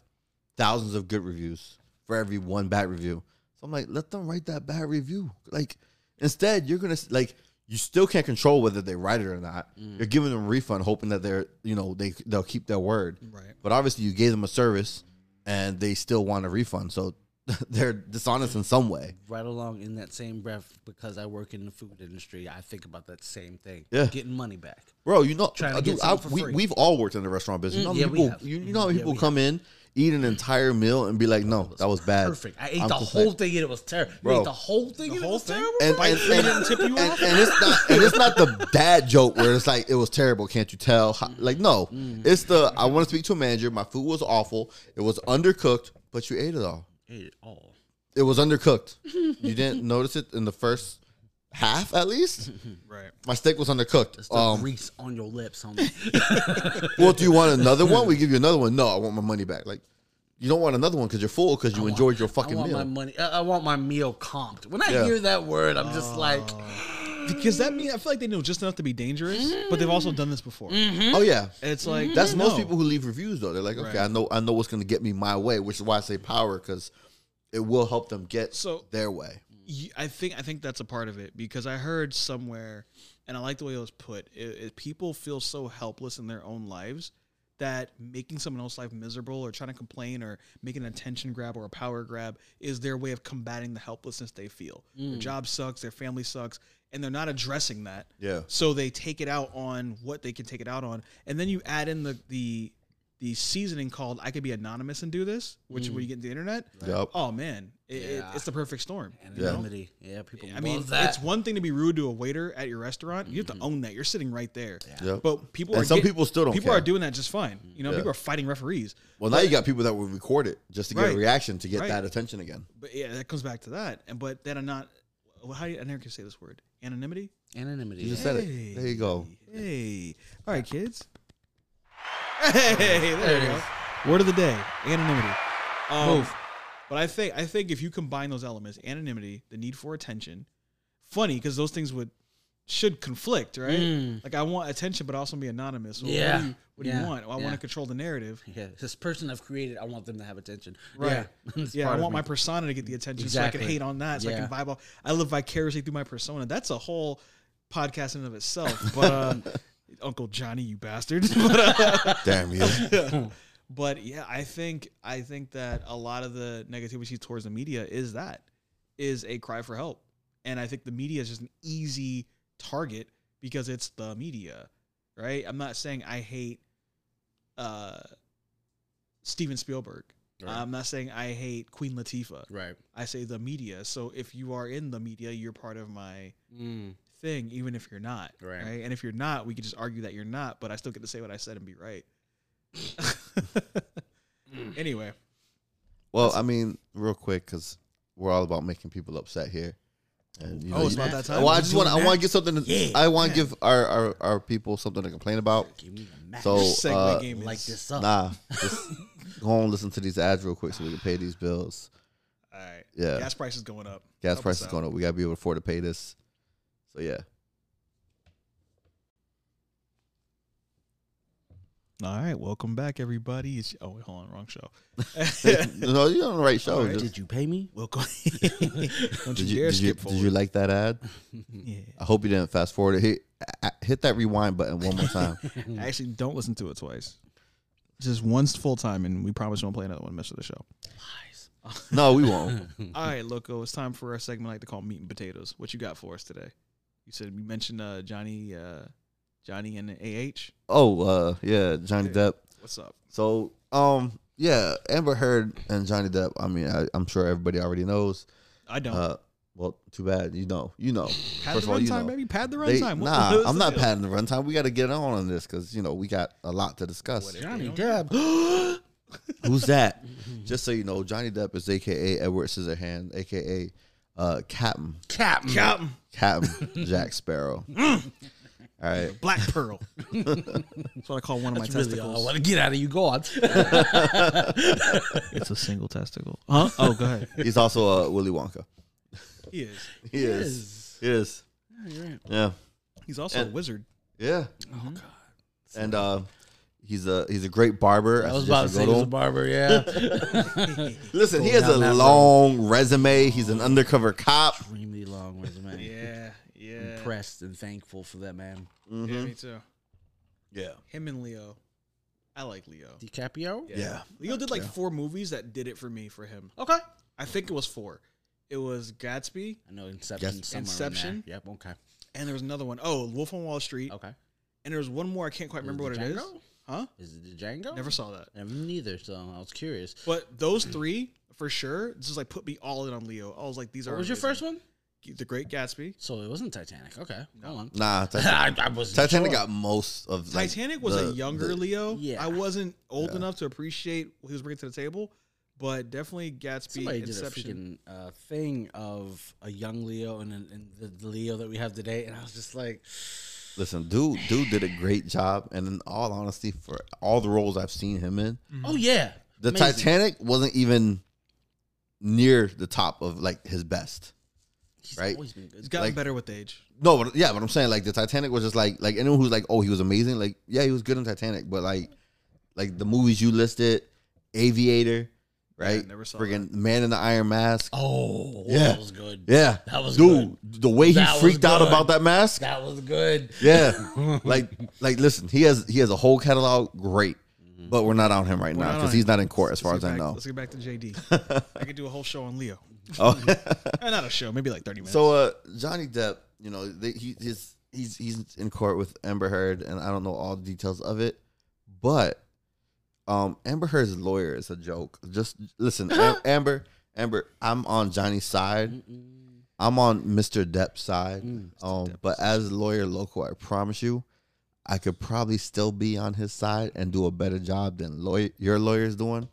[SPEAKER 6] thousands of good reviews for every one bad review. So I'm like, let them write that bad review. Like, instead, you're gonna like, you still can't control whether they write it or not.
[SPEAKER 7] Mm.
[SPEAKER 6] You're giving them a refund, hoping that they're, you know, they they'll keep their word.
[SPEAKER 5] Right.
[SPEAKER 6] But obviously, you gave them a service, and they still want a refund. So they're dishonest in some way.
[SPEAKER 7] Right along in that same breath, because I work in the food industry, I think about that same thing.
[SPEAKER 6] Yeah.
[SPEAKER 7] Getting money back.
[SPEAKER 6] Bro, you know,
[SPEAKER 7] Trying to
[SPEAKER 6] uh,
[SPEAKER 7] get
[SPEAKER 6] dude, I,
[SPEAKER 7] something for
[SPEAKER 6] we,
[SPEAKER 7] free.
[SPEAKER 6] we've all worked in the restaurant business. You
[SPEAKER 7] Mm,
[SPEAKER 6] know, how
[SPEAKER 7] yeah,
[SPEAKER 6] many
[SPEAKER 7] we
[SPEAKER 6] people,
[SPEAKER 7] have.
[SPEAKER 6] you, you know how many
[SPEAKER 7] Yeah,
[SPEAKER 6] people
[SPEAKER 7] we
[SPEAKER 6] come in, eat an entire meal, and be like, no, that was bad.
[SPEAKER 7] Perfect. I ate
[SPEAKER 6] I'm
[SPEAKER 7] the
[SPEAKER 6] just
[SPEAKER 7] whole
[SPEAKER 6] like-
[SPEAKER 7] thing and it was terrible. You
[SPEAKER 6] Bro.
[SPEAKER 7] ate the whole thing and it was
[SPEAKER 5] thing?
[SPEAKER 7] terrible?
[SPEAKER 6] And, and, and, and- and it's not and it's not the dad joke where it's like it was terrible. Can't you tell? How- Like no,
[SPEAKER 7] Mm.
[SPEAKER 6] it's the I want to speak to a manager. My food was awful. It was undercooked, but you ate it all.
[SPEAKER 7] Ate it all.
[SPEAKER 6] It was undercooked. you didn't notice it in the first half, at least.
[SPEAKER 5] Right.
[SPEAKER 6] My steak was undercooked.
[SPEAKER 7] It's the
[SPEAKER 6] Um,
[SPEAKER 7] grease on your lips, homie.
[SPEAKER 6] well, do you want another one? We give you another one. No, I want my money back. Like, you don't want another one because you're full because you enjoyed your
[SPEAKER 7] I
[SPEAKER 6] fucking
[SPEAKER 7] want
[SPEAKER 6] meal.
[SPEAKER 7] my money. I, I want my meal comped. When I
[SPEAKER 6] Yeah.
[SPEAKER 7] hear that word, I'm just like,
[SPEAKER 5] Because that means I feel like they know just enough to be dangerous, but they've also done this before.
[SPEAKER 6] Oh yeah,
[SPEAKER 5] And it's like
[SPEAKER 6] that's
[SPEAKER 7] Mm-hmm.
[SPEAKER 6] most
[SPEAKER 5] no.
[SPEAKER 6] people who leave reviews though. They're like, okay,
[SPEAKER 5] Right.
[SPEAKER 6] I know, I know what's going to get me my way, which is why I say power because it will help them get
[SPEAKER 5] So-
[SPEAKER 6] their way.
[SPEAKER 5] Y- I think I think that's a part of it because I heard somewhere, and I like the way it was put. It, it, people feel so helpless in their own lives that making someone else's life miserable or trying to complain or making an attention grab or a power grab is their way of combating the helplessness they feel.
[SPEAKER 6] Mm.
[SPEAKER 5] Their job sucks, their family sucks, and they're not addressing that.
[SPEAKER 6] Yeah.
[SPEAKER 5] So they take it out on what they can take it out on, and then you add in the the the seasoning called "I could be anonymous and do this," which is where you get the internet.
[SPEAKER 6] Yep.
[SPEAKER 5] Oh man, it, it-
[SPEAKER 7] Mm. Yeah.
[SPEAKER 5] it's the perfect storm.
[SPEAKER 7] anonymity. Yeah, people
[SPEAKER 5] I mean,
[SPEAKER 7] love that. Mm-hmm.
[SPEAKER 5] it's one thing to be rude to a waiter at your restaurant. You have to own that. You're sitting right there.
[SPEAKER 6] Yep.
[SPEAKER 5] But people
[SPEAKER 6] And
[SPEAKER 5] are
[SPEAKER 6] some
[SPEAKER 5] get-
[SPEAKER 6] people still don't
[SPEAKER 5] People
[SPEAKER 6] care.
[SPEAKER 5] are doing that just fine.
[SPEAKER 7] Mm.
[SPEAKER 5] You know, people are fighting referees.
[SPEAKER 6] Well, now you got people that will record it just to get
[SPEAKER 5] Right.
[SPEAKER 6] a reaction to get
[SPEAKER 5] Right.
[SPEAKER 6] that attention again.
[SPEAKER 5] But yeah, that comes back to that. And but then I'm not. Well, how do you, I never can say this word? Anonymity.
[SPEAKER 7] anonymity.
[SPEAKER 6] You just
[SPEAKER 7] yeah.
[SPEAKER 6] said it. There you go.
[SPEAKER 5] Hey, all right, kids. Hey, there, you go. Word of the day: anonymity. Um, But I think I think if you combine those elements, anonymity, the need for attention, funny because those things would should conflict, right? Like I want attention, but also be anonymous. Well,
[SPEAKER 7] Mm.
[SPEAKER 5] What
[SPEAKER 7] Yeah.
[SPEAKER 5] do you, what do
[SPEAKER 7] Yeah.
[SPEAKER 5] you want? Well, I
[SPEAKER 7] Yeah.
[SPEAKER 5] want to control the narrative.
[SPEAKER 7] Yeah, this person I've created, I want them to have attention.
[SPEAKER 5] Right.
[SPEAKER 7] Yeah, It's
[SPEAKER 5] Yeah,
[SPEAKER 7] part
[SPEAKER 5] I
[SPEAKER 7] of
[SPEAKER 5] want
[SPEAKER 7] me.
[SPEAKER 5] my persona to get the attention so I can
[SPEAKER 7] Exactly.
[SPEAKER 5] hate on that, so I can
[SPEAKER 7] Yeah.
[SPEAKER 5] vibe off. I live vicariously through my persona. That's a whole podcast in and of itself. But um, Uncle Johnny, you bastard. but, uh,
[SPEAKER 6] Damn you.
[SPEAKER 5] but yeah, I think I think that a lot of the negativity towards the media is that is a cry for help, and I think the media is just an easy target because it's the media, right? I'm not saying I hate uh, Steven Spielberg
[SPEAKER 7] Right.
[SPEAKER 5] I'm not saying I hate Queen Latifah.
[SPEAKER 7] right.
[SPEAKER 5] I say the media. So if you are in the media, you're part of my
[SPEAKER 7] Mm.
[SPEAKER 5] thing, even if you're not.
[SPEAKER 7] Right.
[SPEAKER 5] And if you're not, we could just argue that you're not, but I still get to say what I said and be right. anyway,
[SPEAKER 6] Well, I mean, real quick, because we're all about making people upset here. And, you
[SPEAKER 5] Oh, it's about that time?
[SPEAKER 6] Well, I
[SPEAKER 5] We're
[SPEAKER 6] just want
[SPEAKER 5] doing
[SPEAKER 6] I
[SPEAKER 5] that?
[SPEAKER 6] want to give something. To,
[SPEAKER 7] Yeah,
[SPEAKER 6] I want to give our, our our people something to complain about.
[SPEAKER 7] Give me the match.
[SPEAKER 6] So,
[SPEAKER 5] this
[SPEAKER 6] uh,
[SPEAKER 5] segment game is
[SPEAKER 7] like this up.
[SPEAKER 6] Nah, just go and listen to these ads real quick so we can pay these bills.
[SPEAKER 5] All right.
[SPEAKER 6] Yeah,
[SPEAKER 5] Gas price is going up.
[SPEAKER 6] gas
[SPEAKER 5] Help
[SPEAKER 6] prices
[SPEAKER 5] us out.
[SPEAKER 6] going up. We gotta be able to afford to pay this. So yeah,
[SPEAKER 5] All right. Welcome back, everybody. It's, oh, wait, hold on. Wrong show.
[SPEAKER 6] no, you're on the right show.
[SPEAKER 5] All right.
[SPEAKER 6] Just-
[SPEAKER 7] Did you pay me?
[SPEAKER 5] Welcome. Don't you,
[SPEAKER 6] did you,
[SPEAKER 5] dare
[SPEAKER 6] did, you,
[SPEAKER 5] skip
[SPEAKER 6] did
[SPEAKER 5] forward.
[SPEAKER 6] you like that ad?
[SPEAKER 5] yeah.
[SPEAKER 6] I hope you didn't fast forward it. Hit, a- a- hit that rewind button one more time.
[SPEAKER 5] Actually, don't listen to it twice. Just once full time, and we promise we won't play another one. Mess with the show.
[SPEAKER 6] no, we won't.
[SPEAKER 5] All right, Loco, it's time for our segment I like to call Meat and Potatoes. What you got for us today? You said you mentioned uh, Johnny uh, Johnny and the AH.
[SPEAKER 6] Oh, uh, yeah, Johnny Depp.
[SPEAKER 5] What's up?
[SPEAKER 6] So, um, yeah, Amber Heard and Johnny Depp. I mean, I, I'm sure everybody already knows.
[SPEAKER 5] I don't.
[SPEAKER 6] Uh, well, too bad. You know, you know.
[SPEAKER 5] pad
[SPEAKER 6] first
[SPEAKER 5] the
[SPEAKER 6] of all, you
[SPEAKER 5] runtime,
[SPEAKER 6] know.
[SPEAKER 5] baby. Pad the
[SPEAKER 6] They-
[SPEAKER 5] runtime. What-
[SPEAKER 6] nah,
[SPEAKER 5] what's
[SPEAKER 6] I'm
[SPEAKER 5] the
[SPEAKER 6] not
[SPEAKER 5] deal?
[SPEAKER 6] padding the runtime. We got to get on on this because you know we got a lot to discuss.
[SPEAKER 7] Johnny Depp.
[SPEAKER 6] Who's that? Just so you know, Johnny Depp is AKA Edward Scissorhand, AKA uh, Captain
[SPEAKER 7] Cap.
[SPEAKER 5] Captain
[SPEAKER 6] Captain Jack Sparrow. All
[SPEAKER 7] Mm.
[SPEAKER 6] right.
[SPEAKER 5] Black Pearl. That's what I call one of my
[SPEAKER 7] That's really all I
[SPEAKER 5] testicles.
[SPEAKER 7] want to get out of you. Go on.
[SPEAKER 5] it's a single testicle. Huh? Oh, go ahead.
[SPEAKER 6] He's also a Willy Wonka.
[SPEAKER 5] He is.
[SPEAKER 6] He, is. He is. Yeah.
[SPEAKER 5] He's also a
[SPEAKER 6] And-
[SPEAKER 5] wizard.
[SPEAKER 6] Yeah. Oh God. And uh, he's a he's a great barber.
[SPEAKER 7] I was
[SPEAKER 6] suggest
[SPEAKER 7] about to
[SPEAKER 6] you
[SPEAKER 7] say
[SPEAKER 6] go
[SPEAKER 7] he's a
[SPEAKER 6] him.
[SPEAKER 7] barber. Yeah.
[SPEAKER 6] Listen, he
[SPEAKER 7] Go
[SPEAKER 6] has
[SPEAKER 7] down that
[SPEAKER 6] a
[SPEAKER 7] road.
[SPEAKER 6] long resume. He's an undercover cop.
[SPEAKER 7] Extremely long resume.
[SPEAKER 5] Yeah, yeah.
[SPEAKER 7] Impressed and thankful for that man.
[SPEAKER 5] Yeah,
[SPEAKER 6] Mhm.
[SPEAKER 5] me too.
[SPEAKER 6] Yeah.
[SPEAKER 5] Him and Leo. I like Leo.
[SPEAKER 7] DiCaprio.
[SPEAKER 5] Yeah. Leo did like four movies that did it for me for him.
[SPEAKER 7] Okay.
[SPEAKER 5] I think it was four. It was Gatsby,
[SPEAKER 7] I know Inception.
[SPEAKER 6] Yes.
[SPEAKER 7] somewhere in there.
[SPEAKER 5] Inception.
[SPEAKER 7] Yep. Okay.
[SPEAKER 5] and there was another one. Oh, Wolf on Wall Street.
[SPEAKER 7] Okay. Is
[SPEAKER 5] And there was one more. I can't quite remember what
[SPEAKER 7] it
[SPEAKER 5] it is.
[SPEAKER 7] Django?
[SPEAKER 5] Huh?
[SPEAKER 7] Is it the Django?
[SPEAKER 5] Never saw that.
[SPEAKER 7] Never neither. So I was curious.
[SPEAKER 5] But those three, for sure, just like put me all in on Leo. I was like, these are.
[SPEAKER 7] What was your
[SPEAKER 5] amazing.
[SPEAKER 7] first one?
[SPEAKER 5] The Great Gatsby.
[SPEAKER 7] So it wasn't Titanic. Okay. Hold on.
[SPEAKER 6] Nah. Titanic,
[SPEAKER 7] I, I was
[SPEAKER 6] Titanic got most of like,
[SPEAKER 5] Titanic was
[SPEAKER 6] the-
[SPEAKER 5] a younger
[SPEAKER 6] the-
[SPEAKER 5] Leo.
[SPEAKER 7] Yeah.
[SPEAKER 5] I wasn't old
[SPEAKER 6] Yeah.
[SPEAKER 5] enough to appreciate what he was bringing to the table, but definitely Gatsby,
[SPEAKER 7] Somebody did a freaking
[SPEAKER 5] Inception.
[SPEAKER 7] uh, thing of a young Leo and, an- and the, the Leo that we have today, and I was just like,
[SPEAKER 6] Listen, dude, dude did a great job, and in all honesty, for all the roles I've seen him in,
[SPEAKER 5] Mm-hmm.
[SPEAKER 7] "Oh yeah,
[SPEAKER 6] the
[SPEAKER 7] amazing.
[SPEAKER 6] Titanic wasn't even near the top of like his best.
[SPEAKER 7] He's
[SPEAKER 6] right?
[SPEAKER 7] always been good.
[SPEAKER 5] He's gotten
[SPEAKER 6] like-
[SPEAKER 5] better with age.
[SPEAKER 6] No, but yeah, but I'm saying like the Titanic was just like like anyone who's like, oh, he was amazing. Like, yeah, he was good in Titanic, but like like the movies you listed, Aviator, right?
[SPEAKER 5] Yeah, never saw
[SPEAKER 6] Friggin' Man in the Iron Mask.
[SPEAKER 7] Oh,
[SPEAKER 6] Yeah.
[SPEAKER 7] that was good.
[SPEAKER 6] yeah,
[SPEAKER 7] that was
[SPEAKER 6] dude. The way he
[SPEAKER 7] That was
[SPEAKER 6] freaked out
[SPEAKER 7] good.
[SPEAKER 6] about that mask.
[SPEAKER 7] that was good.
[SPEAKER 6] Yeah, like like listen, he has he has a whole catalog. Great. But we're not on him right
[SPEAKER 5] Mm-hmm. We're
[SPEAKER 6] now
[SPEAKER 5] not
[SPEAKER 6] because
[SPEAKER 5] on
[SPEAKER 6] he's
[SPEAKER 5] him.
[SPEAKER 6] not in court, as far
[SPEAKER 5] Let's
[SPEAKER 6] as
[SPEAKER 5] get
[SPEAKER 6] I
[SPEAKER 5] back-
[SPEAKER 6] know.
[SPEAKER 5] Let's get back to JD. I could do a whole show on Leo.
[SPEAKER 6] Oh.
[SPEAKER 5] Eh, not a show, maybe like 30 minutes.
[SPEAKER 6] So uh, Johnny Depp, you know, they, he his he's he's in court with Amber Heard, and I don't know all the details of it, but um, Amber Heard's lawyer is a joke. Just listen, Am- Amber, Amber, I'm on Johnny's side. I'm on Mr. Depp's side. um, but as lawyer local, I promise you, I could probably still be on his side and do a better job than lawyer your lawyer's doing.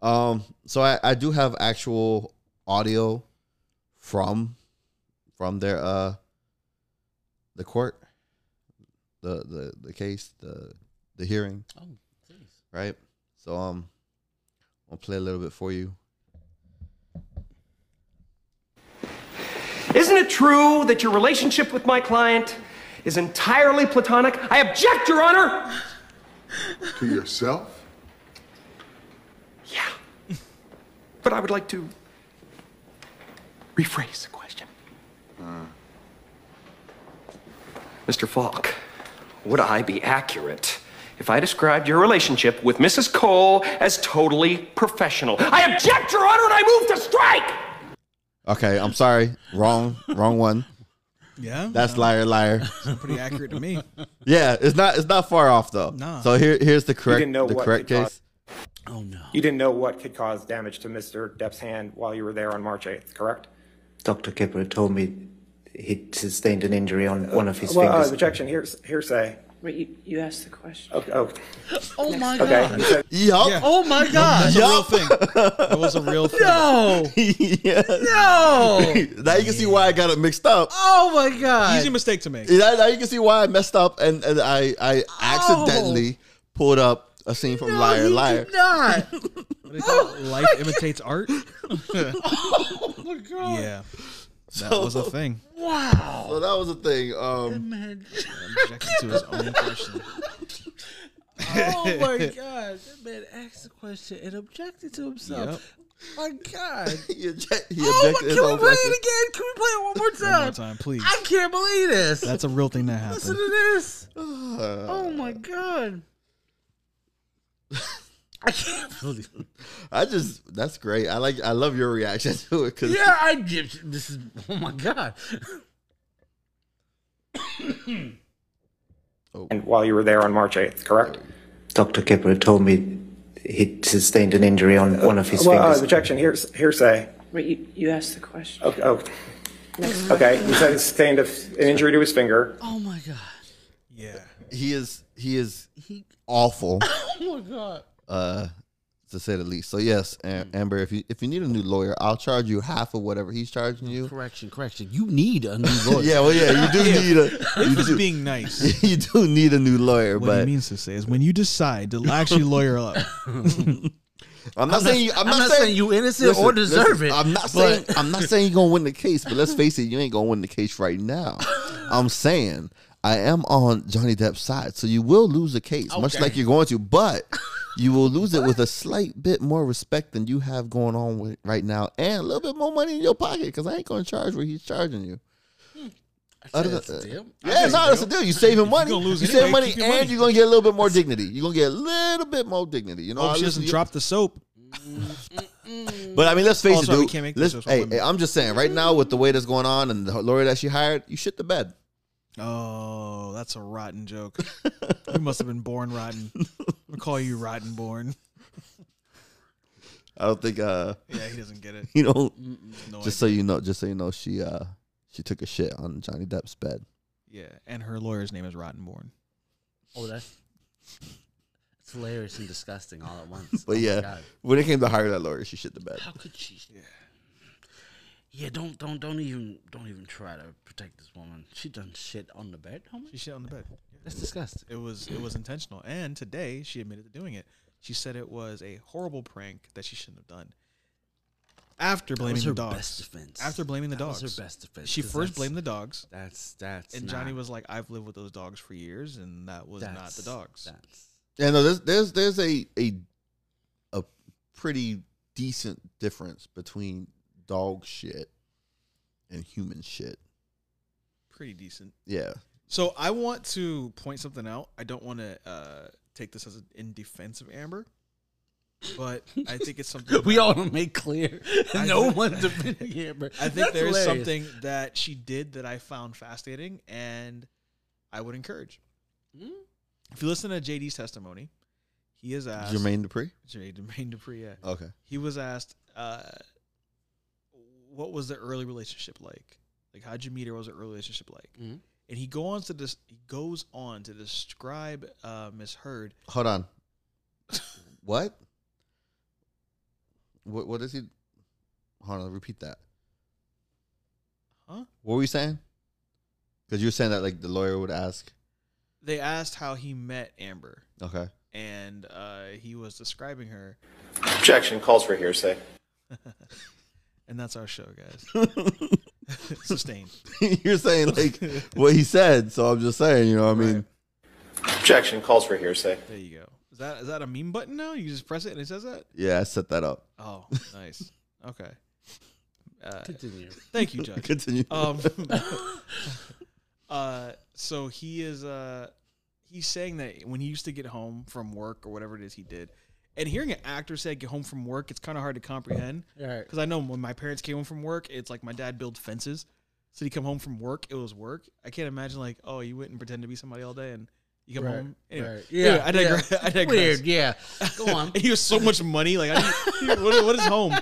[SPEAKER 6] Um, so I, I do have actual audio from from their uh the court, the the the case, the the hearing,
[SPEAKER 7] Oh, please.
[SPEAKER 6] right? So um, I'll play a little bit for you.
[SPEAKER 8] Isn't it true that your relationship with my client is entirely platonic? I object, Your Honor!
[SPEAKER 9] to yourself?
[SPEAKER 8] Yeah. But I would like to rephrase the question. Mr. Falk, would I be accurate if I described your relationship with Mrs. Cole as totally professional? I object, Your Honor, and I move to strike!
[SPEAKER 6] Okay, I'm sorry, wrong, wrong one.
[SPEAKER 5] yeah,
[SPEAKER 6] That's liar, liar.
[SPEAKER 5] pretty accurate to me.
[SPEAKER 6] Yeah, it's not it's not far off though.
[SPEAKER 5] Nah.
[SPEAKER 6] So here here's the correct
[SPEAKER 10] didn't know
[SPEAKER 6] the
[SPEAKER 10] what
[SPEAKER 6] correct
[SPEAKER 10] to talk-
[SPEAKER 6] case.
[SPEAKER 7] Oh no.
[SPEAKER 10] You didn't know what could cause damage to Mr. Depp's hand while you were there on March 8th, correct?
[SPEAKER 11] Dr. Kipper told me he sustained an injury on one of his
[SPEAKER 10] well, uh,
[SPEAKER 11] fingers.
[SPEAKER 10] objection, hears- hearsay.
[SPEAKER 12] Wait, you, you asked the question.
[SPEAKER 10] Okay. okay.
[SPEAKER 7] Oh my
[SPEAKER 10] Okay.
[SPEAKER 7] god.
[SPEAKER 10] you said-
[SPEAKER 7] Yeah. Oh my god.
[SPEAKER 5] That's a real thing. That was a real thing.
[SPEAKER 7] No.
[SPEAKER 6] yeah.
[SPEAKER 7] No.
[SPEAKER 6] now you can see why I got it mixed up.
[SPEAKER 7] Oh my god.
[SPEAKER 5] Easy mistake to make.
[SPEAKER 6] Now, now you can see why I messed up and, and I, I accidentally pulled up a scene
[SPEAKER 7] Oh.
[SPEAKER 6] from
[SPEAKER 7] no,
[SPEAKER 6] Liar
[SPEAKER 7] he
[SPEAKER 6] Liar.
[SPEAKER 7] Did not.
[SPEAKER 5] What do they call it? Life imitates art.
[SPEAKER 7] oh my god.
[SPEAKER 5] Yeah, that
[SPEAKER 6] So-
[SPEAKER 5] was a thing.
[SPEAKER 7] Wow.
[SPEAKER 6] So that was the thing. Um,
[SPEAKER 7] Man.
[SPEAKER 5] Objected to his own question.
[SPEAKER 7] Oh my god. That man asked a question and objected to himself. Oh My god.
[SPEAKER 6] he object, he
[SPEAKER 7] Oh my, can we
[SPEAKER 6] objected his
[SPEAKER 7] play
[SPEAKER 6] own question.
[SPEAKER 7] it again? Can we play it one more time?
[SPEAKER 5] One more time, please.
[SPEAKER 7] I can't believe this.
[SPEAKER 5] That's a real thing that
[SPEAKER 7] Listen
[SPEAKER 5] happened.
[SPEAKER 7] to this.
[SPEAKER 6] Uh,
[SPEAKER 7] Oh my god. I can't believe.
[SPEAKER 6] I just that's great. I like I love your reaction to it because
[SPEAKER 7] Yeah, I did. This is oh my god.
[SPEAKER 10] And while you were there on March 8th, correct?
[SPEAKER 11] Dr. Kipper told me he sustained an injury on one of his
[SPEAKER 10] Well, uh,
[SPEAKER 11] fingers.
[SPEAKER 10] objection, hears- hearsay.
[SPEAKER 12] Wait, you, you asked the question.
[SPEAKER 10] Okay. okay. Okay, you said he sustained a, an injury to his finger.
[SPEAKER 7] Oh my god.
[SPEAKER 5] Yeah,
[SPEAKER 6] he is he is
[SPEAKER 7] He.
[SPEAKER 6] awful
[SPEAKER 7] Oh my god.
[SPEAKER 6] uh, to say the least. So yes, Am- Amber, if you if you need a new lawyer, I'll charge you half of whatever he's charging you.
[SPEAKER 7] Correction, correction. You need a new lawyer.
[SPEAKER 6] Yeah, well, yeah, you do need a you
[SPEAKER 5] just
[SPEAKER 6] do,
[SPEAKER 5] being nice.
[SPEAKER 6] you do need a new lawyer,
[SPEAKER 5] What
[SPEAKER 6] but
[SPEAKER 5] it means to say is when you decide to actually lawyer up.
[SPEAKER 6] I'm not saying you, I'm, not, saying,
[SPEAKER 7] you innocent
[SPEAKER 6] Listen,
[SPEAKER 7] or deserve
[SPEAKER 6] listen,
[SPEAKER 7] it.
[SPEAKER 6] I'm not saying I'm not saying you're gonna win the case, but let's face it, you ain't gonna win the case right now. I'm saying I am on Johnny Depp's side, so you will lose the case, much
[SPEAKER 7] Okay.
[SPEAKER 6] like you're going to, but you will lose it with a slight bit more respect than you have going on with right now, and a little bit more money in your pocket because I ain't gonna charge what he's charging you. Other
[SPEAKER 7] that's
[SPEAKER 6] than-
[SPEAKER 7] a deal. I
[SPEAKER 6] Yeah,
[SPEAKER 7] think
[SPEAKER 6] no, that's a deal. You saving money, you
[SPEAKER 5] lose
[SPEAKER 6] save
[SPEAKER 5] anyway,
[SPEAKER 6] money,
[SPEAKER 5] keep
[SPEAKER 6] and
[SPEAKER 5] your money.
[SPEAKER 6] you're gonna get a little bit more dignity. You're gonna get a little bit more dignity. You know, I
[SPEAKER 5] Hope she
[SPEAKER 6] listen
[SPEAKER 5] doesn't
[SPEAKER 6] to you-
[SPEAKER 5] drop the soap.
[SPEAKER 6] But I mean, let's face
[SPEAKER 5] Oh,
[SPEAKER 6] it,
[SPEAKER 5] sorry, we
[SPEAKER 6] dude.
[SPEAKER 5] can't make
[SPEAKER 6] Let's-
[SPEAKER 5] this with
[SPEAKER 6] hey,
[SPEAKER 5] women.
[SPEAKER 6] hey, I'm just saying, right now with the way that's going on and the lawyer that she hired, you shit the bed.
[SPEAKER 5] Oh, that's a rotten joke. you must have been born rotten. I'll call you rotten born.
[SPEAKER 6] I don't think, uh,
[SPEAKER 5] Yeah, he doesn't get it.
[SPEAKER 6] you know.
[SPEAKER 5] Mm, No
[SPEAKER 6] Just so you know, just so you know, she uh, she took a shit on Johnny Depp's bed.
[SPEAKER 5] idea. yeah, and her lawyer's name is Rottenborn.
[SPEAKER 7] Oh, that's it's hilarious and disgusting all at once.
[SPEAKER 6] But
[SPEAKER 7] Oh my
[SPEAKER 6] yeah,
[SPEAKER 7] God.
[SPEAKER 6] when it came to hire that lawyer, she shit the bed.
[SPEAKER 7] how could she? Yeah. Yeah, don't don't don't even don't even try to protect this woman. She done shit on the bed, homie.
[SPEAKER 5] She shit on the bed.
[SPEAKER 7] That's disgusting.
[SPEAKER 5] It was it was intentional. And today she admitted to doing it. She said it was a horrible prank that she shouldn't have done. After
[SPEAKER 7] That
[SPEAKER 5] blaming
[SPEAKER 7] was her
[SPEAKER 5] the dogs.
[SPEAKER 7] best defense.
[SPEAKER 5] After blaming the
[SPEAKER 7] That
[SPEAKER 5] dogs.
[SPEAKER 7] was her best defense.
[SPEAKER 5] She
[SPEAKER 7] 'cause
[SPEAKER 5] first
[SPEAKER 7] that's-
[SPEAKER 5] blamed the dogs.
[SPEAKER 7] That's that's
[SPEAKER 5] And Johnny
[SPEAKER 7] not-
[SPEAKER 5] was like, I've lived with those dogs for years, and that was not the
[SPEAKER 7] that's-
[SPEAKER 5] dogs.
[SPEAKER 7] That's
[SPEAKER 6] Yeah, no, there's there's there's a a a pretty decent difference between dog shit and human shit.
[SPEAKER 5] Pretty decent.
[SPEAKER 6] Yeah,
[SPEAKER 5] So I want to point something out. I don't want to uh, take this as an in defense of Amber, but I think it's something.
[SPEAKER 7] we all want to make clear
[SPEAKER 5] I
[SPEAKER 7] no
[SPEAKER 5] think-
[SPEAKER 7] one's defending Amber.
[SPEAKER 5] I
[SPEAKER 7] That's
[SPEAKER 5] think there is
[SPEAKER 7] hilarious.
[SPEAKER 5] something that she did that I found fascinating, and I would encourage.
[SPEAKER 7] Mm.
[SPEAKER 5] If you listen to JD's testimony, he is asked
[SPEAKER 6] Jermaine Dupri.
[SPEAKER 5] Jermaine, Jermaine Dupri. Yeah.
[SPEAKER 6] Okay.
[SPEAKER 5] He was asked, uh, "What was the early relationship like? Like, how'd you meet her? What was the early relationship like?"
[SPEAKER 7] Mhm.
[SPEAKER 5] And he go on to this. He goes on to describe uh, Miss Heard.
[SPEAKER 6] Hold on. what? What? What is he? Hold on. Repeat that.
[SPEAKER 5] Huh?
[SPEAKER 6] What were you saying? Because you were saying that like the lawyer would ask.
[SPEAKER 5] They asked how he met Amber,
[SPEAKER 6] Okay.
[SPEAKER 5] and uh, he was describing her,
[SPEAKER 8] Objection calls for hearsay.
[SPEAKER 5] and that's our show, guys. Sustained.
[SPEAKER 6] You're saying like what he said. So I'm just saying. You know. what I mean.
[SPEAKER 5] Right.
[SPEAKER 8] Objection calls for hearsay.
[SPEAKER 5] There you go. Is that is that a meme button now? You just press it and it says that.
[SPEAKER 6] Yeah. I set that up.
[SPEAKER 5] Oh, nice. Okay. Uh,
[SPEAKER 7] Continue.
[SPEAKER 5] thank you, Judge.
[SPEAKER 6] Continue.
[SPEAKER 5] Um, uh, so he is uh, he's saying that when he used to get home from work or whatever it is he did, and hearing an actor say get home from work, it's kind of hard to comprehend.
[SPEAKER 7] Alright.
[SPEAKER 5] Because I know when my parents came home from work, it's like my dad built fences, so he come home from work, it was work. I can't imagine like, oh, you went and pretend to be somebody all day and You come
[SPEAKER 7] Right,
[SPEAKER 5] home. Anyway,
[SPEAKER 7] right.
[SPEAKER 5] anyway,
[SPEAKER 7] Yeah,
[SPEAKER 5] I digress.
[SPEAKER 7] yeah.
[SPEAKER 5] I digress.
[SPEAKER 7] Weird, yeah. Go on.
[SPEAKER 5] he was so much money. Like, I didn't- what- what is home?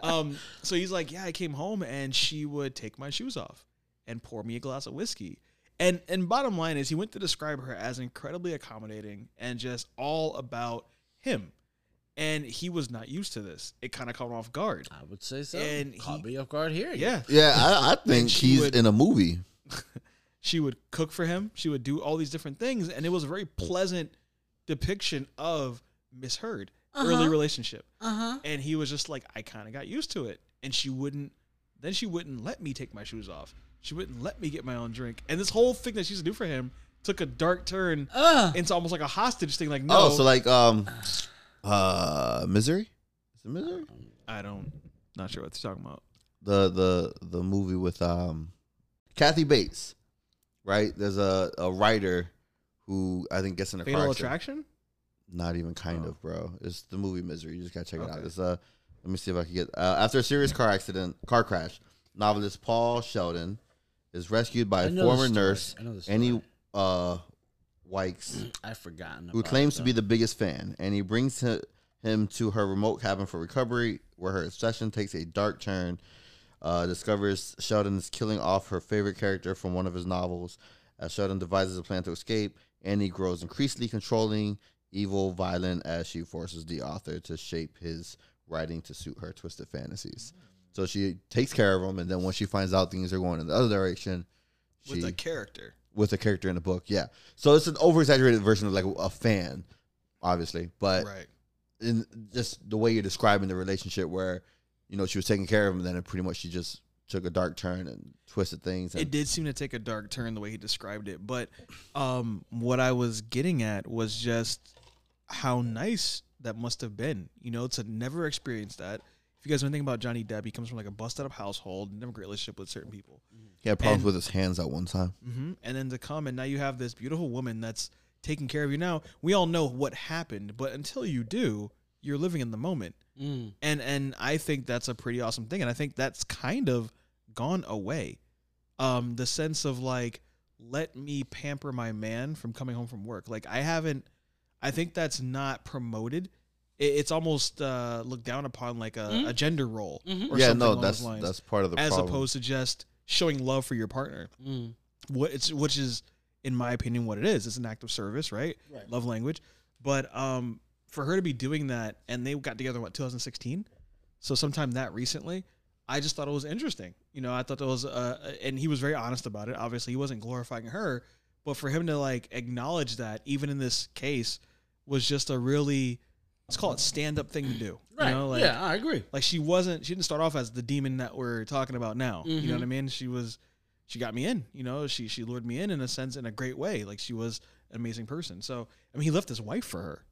[SPEAKER 5] Um, so he's like, yeah, I came home and she would take my shoes off and pour me a glass of whiskey. And and bottom line is, he went to describe her as incredibly accommodating and just all about him. And he was not used to this. It kind of caught him off guard.
[SPEAKER 7] I would say so.
[SPEAKER 5] And
[SPEAKER 7] Caught me off guard here.
[SPEAKER 5] yeah,
[SPEAKER 6] Yeah, I, I think
[SPEAKER 5] And she
[SPEAKER 6] he's
[SPEAKER 5] would-
[SPEAKER 6] in a movie.
[SPEAKER 5] she would cook for him she would do all these different things and it was a very pleasant depiction of miss heard early
[SPEAKER 7] Uh-huh.
[SPEAKER 5] relationship
[SPEAKER 7] Uh-huh.
[SPEAKER 5] and he was just like i kind of got used to it and she wouldn't then she wouldn't let me take my shoes off she wouldn't let me get my own drink and this whole thing that she used to do for him took a dark turn into almost like a hostage thing like no
[SPEAKER 6] Oh, so like um, uh, Misery. Is it Misery?
[SPEAKER 5] i don't not sure what you're talking about
[SPEAKER 6] The the the movie with um, Kathy Bates, right? There's a a writer who I think gets in a car
[SPEAKER 5] fatal
[SPEAKER 6] accident.
[SPEAKER 5] attraction Oh.
[SPEAKER 6] Not even kind of, bro. It's the movie Misery. You just gotta check it out.
[SPEAKER 5] Okay.
[SPEAKER 6] It's uh, let me see if I can get. Uh, after a serious car accident, car crash, novelist Paul Sheldon is rescued by
[SPEAKER 7] I
[SPEAKER 6] a
[SPEAKER 7] know the
[SPEAKER 6] former
[SPEAKER 7] story.
[SPEAKER 6] nurse,
[SPEAKER 7] I know the
[SPEAKER 6] Annie uh, Wykes,
[SPEAKER 7] I've forgotten.
[SPEAKER 6] who
[SPEAKER 7] about
[SPEAKER 6] claims to
[SPEAKER 7] that.
[SPEAKER 6] be the biggest fan, and he brings hi- him to her remote cabin for recovery, where her obsession takes a dark turn. Uh, discovers Sheldon is killing off her favorite character from one of his novels. As Sheldon devises a plan to escape, Annie grows increasingly controlling, evil, violent, as she forces the author to shape his writing to suit her twisted fantasies. So she takes care of him, and then when she finds out things are going in the other direction, she,
[SPEAKER 5] with a character
[SPEAKER 6] with a character in the book. Yeah. So it's an over exaggerated version of like a fan, obviously, but
[SPEAKER 5] right
[SPEAKER 6] in just the way you're describing the relationship where, you know, she was taking care of him and then it pretty much she just took a dark turn and twisted things. And
[SPEAKER 5] it did seem to take a dark turn the way he described it but um what i was getting at was just how nice that must have been you know to never experience that if you guys know anything about johnny depp he comes from like a busted up household never great relationship with certain people
[SPEAKER 6] he had problems
[SPEAKER 5] and-
[SPEAKER 6] with his hands at one time.
[SPEAKER 5] hmm and then to come and now you have this beautiful woman that's taking care of you now we all know what happened but until you do you're living in the moment
[SPEAKER 7] Mm.
[SPEAKER 5] and and I think that's a pretty awesome thing, and I think that's kind of gone away. Um, the sense of like, let me pamper my man from coming home from work. Like I haven't, I think that's not promoted. It, it's almost uh, looked down upon like a, a gender role or
[SPEAKER 6] Yeah,
[SPEAKER 5] something
[SPEAKER 6] no,
[SPEAKER 5] along those
[SPEAKER 6] that's-
[SPEAKER 5] lines,
[SPEAKER 6] that's part of the
[SPEAKER 5] as
[SPEAKER 6] problem.
[SPEAKER 5] opposed to just showing love for your partner.
[SPEAKER 7] Mm.
[SPEAKER 5] What it's which is, in my opinion, what it is. It's an act of service, right?
[SPEAKER 7] Right.
[SPEAKER 5] Love language, but um, for her to be doing that, and they got together in what 2016 so sometime that recently i just thought it was interesting you know i thought that was uh and he was very honest about it obviously he wasn't glorifying her but for him to like acknowledge that even in this case was just a really let's call it stand-up thing to do
[SPEAKER 7] Right.
[SPEAKER 5] you know like
[SPEAKER 7] yeah, I agree.
[SPEAKER 5] like she wasn't she didn't start off as the demon that we're talking about now you know
[SPEAKER 7] Mhm.
[SPEAKER 5] what i mean she was she got me in you know she she lured me in in a sense in a great way like she was an amazing person so i mean he left his wife for her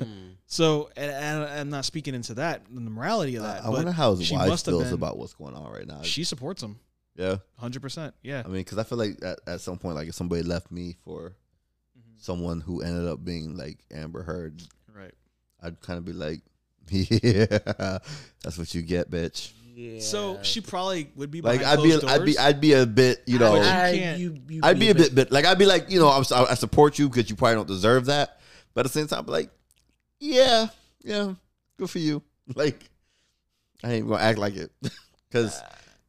[SPEAKER 5] Mm. so and, and i'm not speaking into that and the morality of that
[SPEAKER 6] I
[SPEAKER 5] but
[SPEAKER 6] wonder how his
[SPEAKER 5] she
[SPEAKER 6] wife
[SPEAKER 5] must have
[SPEAKER 6] feels
[SPEAKER 5] been-
[SPEAKER 6] about what's going on right now.
[SPEAKER 5] she supports him
[SPEAKER 6] yeah.
[SPEAKER 5] 100% yeah
[SPEAKER 6] I mean, because I feel like at, at some point, like if somebody left me for
[SPEAKER 5] Mm-hmm.
[SPEAKER 6] someone who ended up being like Amber Heard,
[SPEAKER 5] right
[SPEAKER 6] I'd kind of be like, yeah, that's what you get, bitch.
[SPEAKER 7] Yeah.
[SPEAKER 5] so she probably would be
[SPEAKER 6] Like
[SPEAKER 5] behind
[SPEAKER 6] I'd be,
[SPEAKER 5] closed
[SPEAKER 6] I'd be,
[SPEAKER 5] doors.
[SPEAKER 6] I'd be a bit, you know,
[SPEAKER 5] I-
[SPEAKER 6] I,
[SPEAKER 5] can't-
[SPEAKER 7] you, you
[SPEAKER 6] would be a bit, bit, like I'd be like, you know, I'm, I support you because you probably don't deserve that, but at the same time, like, yeah, yeah, good for you. Like, I ain't gonna act like it because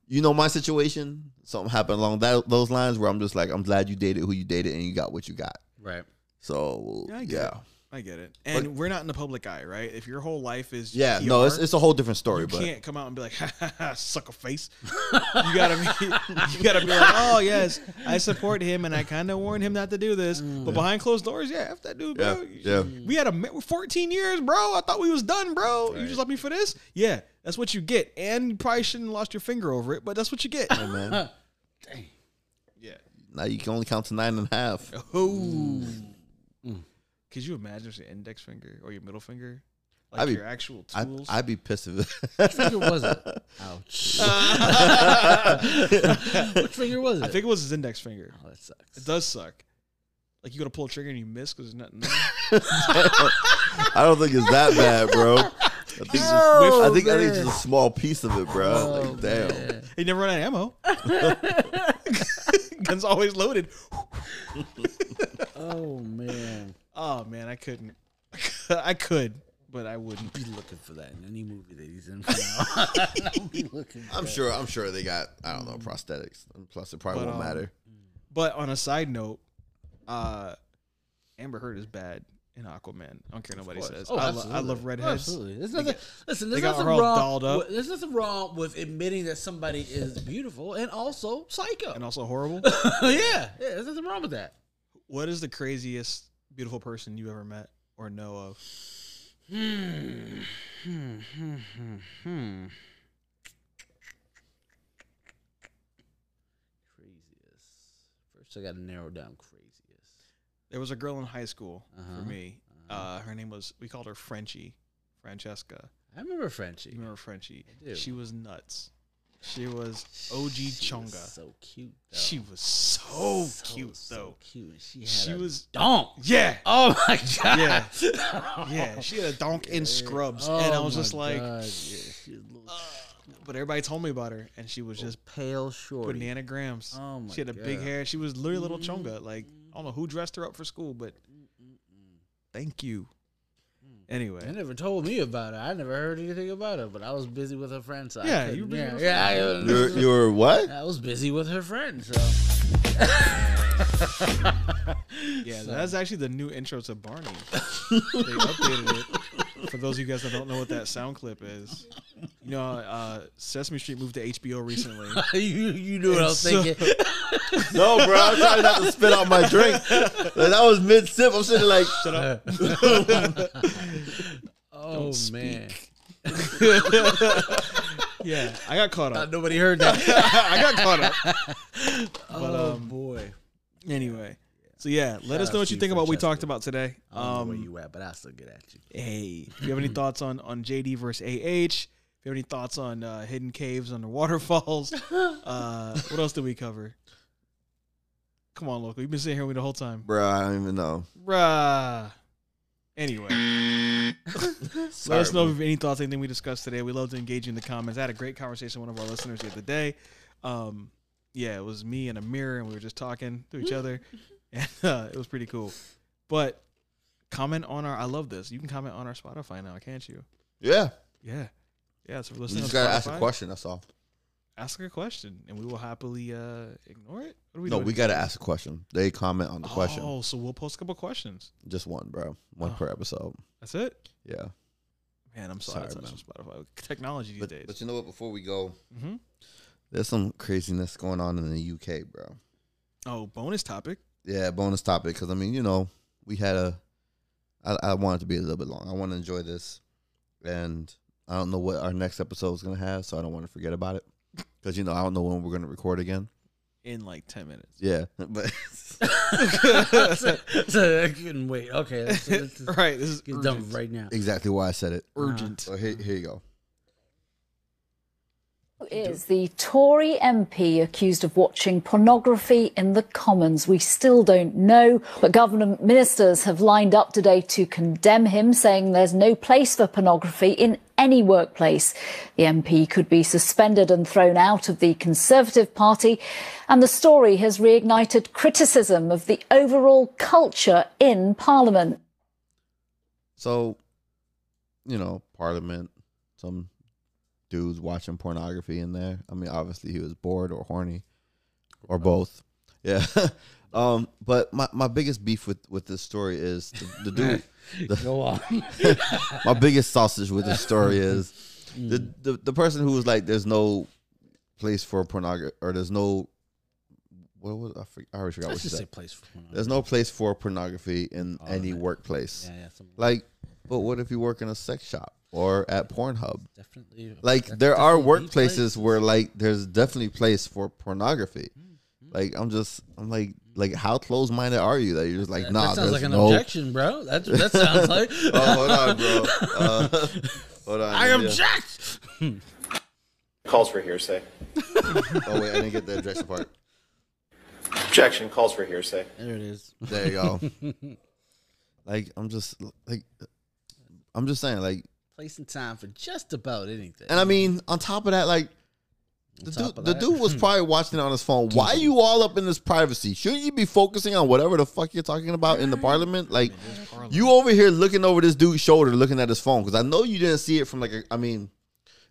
[SPEAKER 6] you know my situation. Something happened along that those lines where I'm just like, I'm glad you dated who you dated and you got what you got.
[SPEAKER 7] Right.
[SPEAKER 6] So
[SPEAKER 5] Yeah, I get
[SPEAKER 6] yeah,
[SPEAKER 5] it. i get it and we're not in the public eye right if your whole life is
[SPEAKER 6] yeah, no,
[SPEAKER 5] PR,
[SPEAKER 6] it's it's a whole different story,
[SPEAKER 5] you
[SPEAKER 6] but
[SPEAKER 5] can't come out and be like, ha, ha, ha, sucker face. you gotta be, you gotta be like, oh yes, I support him, and I kind of warned him not to do this, but behind closed doors, yeah, f that dude, bro.
[SPEAKER 6] Mm. Yeah,
[SPEAKER 5] We had a ma- 14 years, bro. I thought we was done, bro. You just left me for this. Yeah, that's what you get, and you probably shouldn't have lost your finger over it, but that's what you get.
[SPEAKER 6] Oh, man.
[SPEAKER 5] Yeah.
[SPEAKER 6] Now you can only count to nine and a half.
[SPEAKER 5] Oh. Could you imagine if your index finger or your middle finger, like
[SPEAKER 6] I'd be-
[SPEAKER 5] your actual
[SPEAKER 6] I'd,
[SPEAKER 5] tools?
[SPEAKER 6] I'd be pissed if
[SPEAKER 7] Which finger was it? Ouch. Which finger was it?
[SPEAKER 5] I think it was his index finger.
[SPEAKER 7] oh, that sucks.
[SPEAKER 5] It does suck. Like you gotta pull a trigger and you miss because there's nothing. There.
[SPEAKER 6] I don't think it's that bad, bro. I think, it's- I, think I think it's
[SPEAKER 7] man.
[SPEAKER 6] just a small piece of it, bro.
[SPEAKER 5] Oh,
[SPEAKER 6] like, damn.
[SPEAKER 5] They never run out of ammo. Gun's always loaded.
[SPEAKER 7] Oh man.
[SPEAKER 5] Oh man, I couldn't. I could, but I wouldn't.
[SPEAKER 7] Be looking for that in any movie that he's in. For now. I'll be looking. for
[SPEAKER 6] I'm
[SPEAKER 7] that.
[SPEAKER 6] sure. I'm sure they got. I don't know prosthetics. And Plus, it probably
[SPEAKER 5] But,
[SPEAKER 6] won't
[SPEAKER 5] um,
[SPEAKER 6] matter.
[SPEAKER 5] But on a side note, uh, Amber Heard is bad in Aquaman. I don't care what nobody
[SPEAKER 7] course.
[SPEAKER 5] says.
[SPEAKER 7] Oh,
[SPEAKER 5] I, lo- I
[SPEAKER 7] absolutely.
[SPEAKER 5] love
[SPEAKER 7] Oh,
[SPEAKER 5] redheads.
[SPEAKER 7] absolutely. There's
[SPEAKER 5] They
[SPEAKER 7] nothing-
[SPEAKER 5] got-
[SPEAKER 7] listen,
[SPEAKER 5] they
[SPEAKER 7] there's
[SPEAKER 5] got
[SPEAKER 7] nothing
[SPEAKER 5] her all
[SPEAKER 7] wrong
[SPEAKER 5] dolled up
[SPEAKER 7] with- There's nothing wrong with admitting that somebody is beautiful and also psycho.
[SPEAKER 5] and also horrible.
[SPEAKER 7] yeah, yeah. There's nothing wrong with that.
[SPEAKER 5] what is the craziest beautiful person you ever met or know of?
[SPEAKER 7] Hmm. Hmm. Hmm. Hmm. hmm. Craziest. First, I got to narrow down craziest.
[SPEAKER 5] There was a girl in high school
[SPEAKER 7] Uh-huh,
[SPEAKER 5] for me. uh her name was we called her Frenchie, Francesca.
[SPEAKER 7] I remember
[SPEAKER 5] You
[SPEAKER 7] Frenchie.
[SPEAKER 5] remember Frenchie?
[SPEAKER 7] I do.
[SPEAKER 5] She was nuts. She was OG
[SPEAKER 7] She was
[SPEAKER 5] Chunga.
[SPEAKER 7] So cute. Though.
[SPEAKER 5] she was so,
[SPEAKER 7] So,
[SPEAKER 5] cute
[SPEAKER 7] so
[SPEAKER 5] though.
[SPEAKER 7] cute. And she had
[SPEAKER 5] She
[SPEAKER 7] a
[SPEAKER 5] was
[SPEAKER 7] donk.
[SPEAKER 5] yeah.
[SPEAKER 7] Oh my god.
[SPEAKER 5] Yeah. yeah, she had a donk in scrubs, and I was
[SPEAKER 7] Oh. my
[SPEAKER 5] just like, uh,
[SPEAKER 7] God, yeah, she was a little
[SPEAKER 5] but everybody told me about her, and she was just
[SPEAKER 7] pale short.
[SPEAKER 5] banana grams.
[SPEAKER 7] Oh my
[SPEAKER 5] she had a big
[SPEAKER 7] God.
[SPEAKER 5] hair. She was literally little chonga. Like I don't know who dressed her up for school, but thank you.
[SPEAKER 7] They
[SPEAKER 5] Anyway,
[SPEAKER 7] never told me about her. I never heard anything about her, but I was busy with her friends. So I
[SPEAKER 5] Yeah,
[SPEAKER 7] couldn't-
[SPEAKER 5] you were busy
[SPEAKER 7] yeah,
[SPEAKER 5] with
[SPEAKER 7] yeah,
[SPEAKER 5] her
[SPEAKER 7] I,
[SPEAKER 6] You're, you're what?
[SPEAKER 7] I was busy with her friends. So.
[SPEAKER 5] yeah,
[SPEAKER 7] So,
[SPEAKER 5] that's actually the new intro to Barney. they updated it for those of you guys that don't know what that sound clip is. You know, uh, Sesame Street moved to HBO recently.
[SPEAKER 7] you you knew what I was
[SPEAKER 5] So-
[SPEAKER 7] thinking.
[SPEAKER 6] No, bro. I'm trying not to spit out my drink. Like, that was mid sip. I'm sitting like,
[SPEAKER 5] Shut up.
[SPEAKER 7] Oh man,
[SPEAKER 5] Yeah, I got caught up.
[SPEAKER 7] nobody heard that.
[SPEAKER 5] I got caught up.
[SPEAKER 7] oh boy,
[SPEAKER 5] Anyway, so yeah, let us
[SPEAKER 7] out
[SPEAKER 5] know what
[SPEAKER 7] to
[SPEAKER 5] you
[SPEAKER 7] you,
[SPEAKER 5] think about what we
[SPEAKER 7] Francesca.
[SPEAKER 5] talked about today.
[SPEAKER 7] I don't know where
[SPEAKER 5] Um,
[SPEAKER 7] you at, but I'll still get at you.
[SPEAKER 5] hey, if you have any thoughts on on JD versus AH, if you have any thoughts on uh, hidden caves under waterfalls, uh, what else did we cover? Come on, local, you've been sitting here with me the whole time,
[SPEAKER 6] bro. I don't even know.
[SPEAKER 5] bruh. Anyway, let
[SPEAKER 6] Sorry,
[SPEAKER 5] us know
[SPEAKER 6] bro.
[SPEAKER 5] if you have any thoughts, anything we discussed today. We love to engage you in the comments. I had a great conversation with one of our listeners the other day. Um, yeah, it was me and a mirror, and we were just talking to each other, and uh, it was pretty cool. But comment on our. I love this. You can comment on our Spotify now, can't you?
[SPEAKER 6] Yeah,
[SPEAKER 5] Yeah, yeah. So
[SPEAKER 6] you
[SPEAKER 5] listen,
[SPEAKER 6] just
[SPEAKER 5] on
[SPEAKER 6] gotta ask
[SPEAKER 5] Spotify,
[SPEAKER 6] a question. That's all.
[SPEAKER 5] Ask a question, and we will happily uh, ignore it. What are
[SPEAKER 6] No,
[SPEAKER 5] doing?
[SPEAKER 6] we gotta ask a question. They comment on the question.
[SPEAKER 5] Oh, so we'll post a couple questions.
[SPEAKER 6] Just one, bro. One
[SPEAKER 5] Oh.
[SPEAKER 6] per episode.
[SPEAKER 5] That's it.
[SPEAKER 6] Yeah.
[SPEAKER 5] Man, I'm sorry.
[SPEAKER 6] Sorry,
[SPEAKER 5] Sorry,
[SPEAKER 6] man.
[SPEAKER 5] Spotify technology these
[SPEAKER 6] But,
[SPEAKER 5] days.
[SPEAKER 6] but you know what? Before we go,
[SPEAKER 5] hmm
[SPEAKER 6] there's some craziness going on in the UK, bro.
[SPEAKER 5] Oh, bonus topic.
[SPEAKER 6] Yeah, bonus topic because I mean, you know, we had a. I, I want it to be a little bit long. I want to enjoy this, and I don't know what our next episode is gonna have, so I don't want to forget about it because you know I don't know when we're gonna record again.
[SPEAKER 5] in like 10 minutes.
[SPEAKER 6] Yeah, but
[SPEAKER 7] so, so I couldn't wait. Okay, let's, let's just
[SPEAKER 5] right. This is
[SPEAKER 7] get done
[SPEAKER 5] urgent.
[SPEAKER 7] right now.
[SPEAKER 6] exactly why I said it.
[SPEAKER 5] Urgent.
[SPEAKER 6] So here, here you go.
[SPEAKER 3] Who is the Tory MP accused of watching pornography in the Commons? We still don't know, but government ministers have lined up today to condemn him, saying there's no place for pornography in any workplace. The MP could be suspended and thrown out of the Conservative Party, and the story has reignited criticism of the overall culture in Parliament.
[SPEAKER 6] So, you know, Parliament, some dudes watching pornography in there. I mean, obviously he was bored or horny, or both. Yeah. um, but my, my biggest beef with with this story is the, the dude.
[SPEAKER 7] Go on.
[SPEAKER 6] my biggest sausage with this story is
[SPEAKER 7] Mm.
[SPEAKER 6] the, the the person who was like, "There's no place for pornography, or there's no what was I, forget, I already forgot what
[SPEAKER 7] Let's
[SPEAKER 6] she
[SPEAKER 7] just say
[SPEAKER 6] said.
[SPEAKER 7] place for one.
[SPEAKER 6] There's no place for pornography in any workplace.
[SPEAKER 7] Yeah, yeah, some-
[SPEAKER 6] Like, but what if you work in a sex shop or at Pornhub?
[SPEAKER 7] definitely.
[SPEAKER 6] Like,
[SPEAKER 7] that's
[SPEAKER 6] there are
[SPEAKER 7] definitely the place.
[SPEAKER 6] workplaces where like there's definitely place for pornography.
[SPEAKER 7] Mm-hmm.
[SPEAKER 6] Like, I'm just, I'm like, like how close minded are you that you're just like,
[SPEAKER 7] That-
[SPEAKER 6] nah,
[SPEAKER 7] that sounds
[SPEAKER 6] there's
[SPEAKER 7] like an
[SPEAKER 6] no.
[SPEAKER 7] objection, bro. That that sounds like
[SPEAKER 6] Oh, hold on, bro. Uh, hold on. uh,
[SPEAKER 7] I
[SPEAKER 6] yeah.
[SPEAKER 7] object.
[SPEAKER 13] Calls for hearsay.
[SPEAKER 6] Oh wait, I didn't get the objection part.
[SPEAKER 13] Objection calls for hearsay.
[SPEAKER 7] There it is.
[SPEAKER 6] There you go. like, I'm just like, I'm just saying like,
[SPEAKER 7] Place and time for just about anything.
[SPEAKER 6] and I mean, on top of that, like, The
[SPEAKER 7] top
[SPEAKER 6] dude,
[SPEAKER 7] of
[SPEAKER 6] the
[SPEAKER 7] that. Hmm.
[SPEAKER 6] dude was probably watching it on his phone. Why are you all up in this privacy? Shouldn't you be focusing on whatever the fuck you're talking about in the parliament? Like, you over here looking over this dude's shoulder, looking at his phone, because I know you didn't see it from like. A, I mean,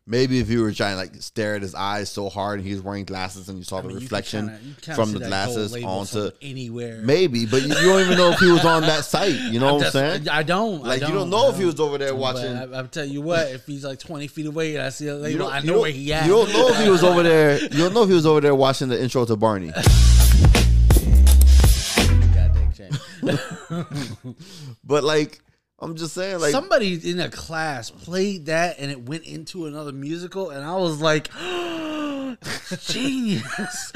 [SPEAKER 6] maybe if you were trying to like stare at his eyes so hard and he was wearing glasses and you saw the
[SPEAKER 7] mean, you can
[SPEAKER 6] reflection
[SPEAKER 7] kinda- you kinda
[SPEAKER 6] from
[SPEAKER 7] see
[SPEAKER 6] the
[SPEAKER 7] that gold
[SPEAKER 6] glasses
[SPEAKER 7] label
[SPEAKER 6] onto
[SPEAKER 7] from anywhere.
[SPEAKER 6] Maybe, but you, you don't even know if he was on that site. You know what I'm
[SPEAKER 7] That's-
[SPEAKER 6] saying?
[SPEAKER 7] I don't. I
[SPEAKER 6] Like, you don't
[SPEAKER 7] I
[SPEAKER 6] know if he was over there
[SPEAKER 7] But
[SPEAKER 6] watching.
[SPEAKER 7] I, I'll tell you what. If he's like twenty feet away, and I see a
[SPEAKER 6] You
[SPEAKER 7] label.
[SPEAKER 6] don't-
[SPEAKER 7] I
[SPEAKER 6] you
[SPEAKER 7] know
[SPEAKER 6] don't-
[SPEAKER 7] where he at.
[SPEAKER 6] You don't know if he was over there. You don't know if he was over there watching the intro to Barney.
[SPEAKER 7] Goddamn shame.
[SPEAKER 6] but like, I'm just saying, like,
[SPEAKER 7] somebody in a class played that and it went into another musical, and I was like, genius.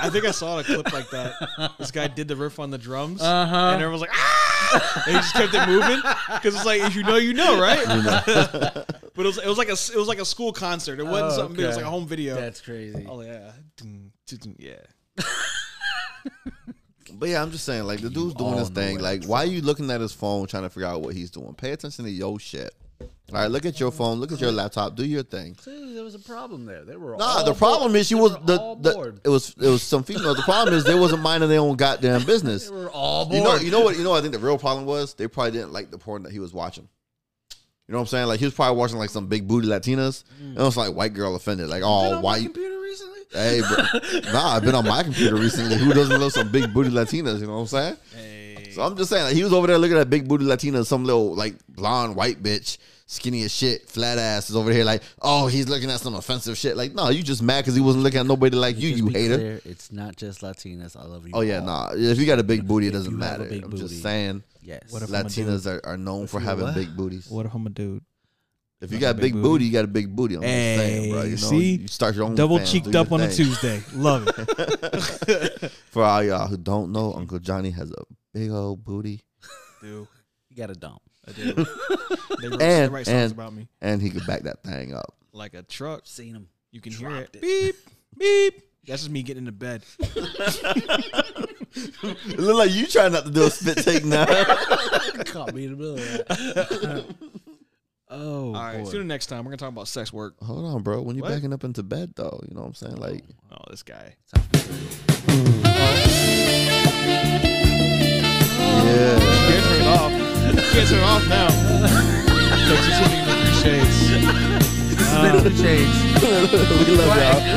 [SPEAKER 5] I think I saw a clip like that. This guy did the riff on the drums,
[SPEAKER 7] Uh-huh.
[SPEAKER 5] and everyone was like, "Ah!" And he just kept it moving because it's like if you know, you know, right?
[SPEAKER 7] You know.
[SPEAKER 5] but it was it was like a it was like a school concert. It wasn't
[SPEAKER 7] Oh,
[SPEAKER 5] something big. It was
[SPEAKER 7] okay.
[SPEAKER 5] like a home video.
[SPEAKER 7] That's crazy.
[SPEAKER 5] Oh yeah, Dun, dun, dun, yeah.
[SPEAKER 6] but yeah, I'm just saying, like, the dude's doing his thing. Like, why are you looking at his phone trying to figure out what he's doing? Pay attention to your shit. All right, look at your phone, look at your laptop, do your thing.
[SPEAKER 7] Clearly, there was a problem there. They were
[SPEAKER 6] Nah,
[SPEAKER 7] all
[SPEAKER 6] the problem
[SPEAKER 7] bored.
[SPEAKER 6] is she
[SPEAKER 7] They
[SPEAKER 6] was
[SPEAKER 7] were
[SPEAKER 6] the,
[SPEAKER 7] all
[SPEAKER 6] the
[SPEAKER 7] bored.
[SPEAKER 6] it was it was some females. The problem is they wasn't minding their own goddamn business.
[SPEAKER 7] They were all
[SPEAKER 6] You know,
[SPEAKER 7] bored.
[SPEAKER 6] you know what? You know, what I think the real problem was they probably didn't like the porn that he was watching. You know what I'm saying? Like he was probably watching like some big booty Latinas,
[SPEAKER 7] Mm.
[SPEAKER 6] and it was like white girl offended. Like, oh, why? Computer
[SPEAKER 7] recently?
[SPEAKER 6] Hey, bro, nah, I've been on my computer recently. Who doesn't love some big booty Latinas? You know what I'm saying? So I'm just saying, like, he was over there looking at big booty Latina, some little like blonde white bitch, skinny as shit, flat ass is over here like, oh, he's looking at some offensive shit. Like, no, you just mad because he wasn't looking at nobody like you, you
[SPEAKER 7] Be
[SPEAKER 6] hater.
[SPEAKER 7] clear, it's not just Latinas. I love you.
[SPEAKER 6] Oh yeah,
[SPEAKER 7] all.
[SPEAKER 6] nah. If you got a big booty, it doesn't
[SPEAKER 7] you have a
[SPEAKER 6] matter.
[SPEAKER 7] big
[SPEAKER 6] I'm
[SPEAKER 7] booty.
[SPEAKER 6] just saying.
[SPEAKER 7] Yes.
[SPEAKER 5] What if I'm a
[SPEAKER 6] Latinas
[SPEAKER 5] dude?
[SPEAKER 6] are, are known
[SPEAKER 5] If
[SPEAKER 6] for
[SPEAKER 5] you
[SPEAKER 6] having
[SPEAKER 5] what?
[SPEAKER 6] big booties.
[SPEAKER 5] What if I'm a dude?
[SPEAKER 6] If you
[SPEAKER 5] Not a
[SPEAKER 6] got big
[SPEAKER 5] big
[SPEAKER 6] booty,
[SPEAKER 5] booty.
[SPEAKER 6] you got a big booty. I'm
[SPEAKER 5] Hey,
[SPEAKER 6] just saying, bro. You know,
[SPEAKER 5] see,
[SPEAKER 6] you start your own
[SPEAKER 5] double
[SPEAKER 6] fans,
[SPEAKER 5] cheeked
[SPEAKER 6] do
[SPEAKER 5] up
[SPEAKER 6] your
[SPEAKER 5] on a
[SPEAKER 6] thing.
[SPEAKER 5] Tuesday. Love it.
[SPEAKER 6] For all y'all who don't know, Uncle Johnny has a big old booty.
[SPEAKER 5] Do
[SPEAKER 7] you got a dump?
[SPEAKER 5] I do. They wrote, they
[SPEAKER 6] and
[SPEAKER 5] write songs
[SPEAKER 6] and,
[SPEAKER 5] about me
[SPEAKER 6] and he could back that thing up.
[SPEAKER 5] like a truck.
[SPEAKER 7] Seen them.
[SPEAKER 5] You can hear it. Beep beep. That's just me getting into bed.
[SPEAKER 6] It look like you trying not to do a spit take now.
[SPEAKER 7] Caught me in the middle of that. oh,
[SPEAKER 5] All right.
[SPEAKER 7] boy.
[SPEAKER 5] See you next time. We're gonna talk about sex work.
[SPEAKER 6] Hold on, bro. When you
[SPEAKER 5] What?
[SPEAKER 6] backing up into bed though, you know what I'm saying? Like
[SPEAKER 5] Oh, this guy.
[SPEAKER 6] Yeah.
[SPEAKER 5] You can't turn it off. You can't turn it off now. Thanks for tuning in to Three Shades.
[SPEAKER 7] Spit in the shades.
[SPEAKER 6] we love y'all.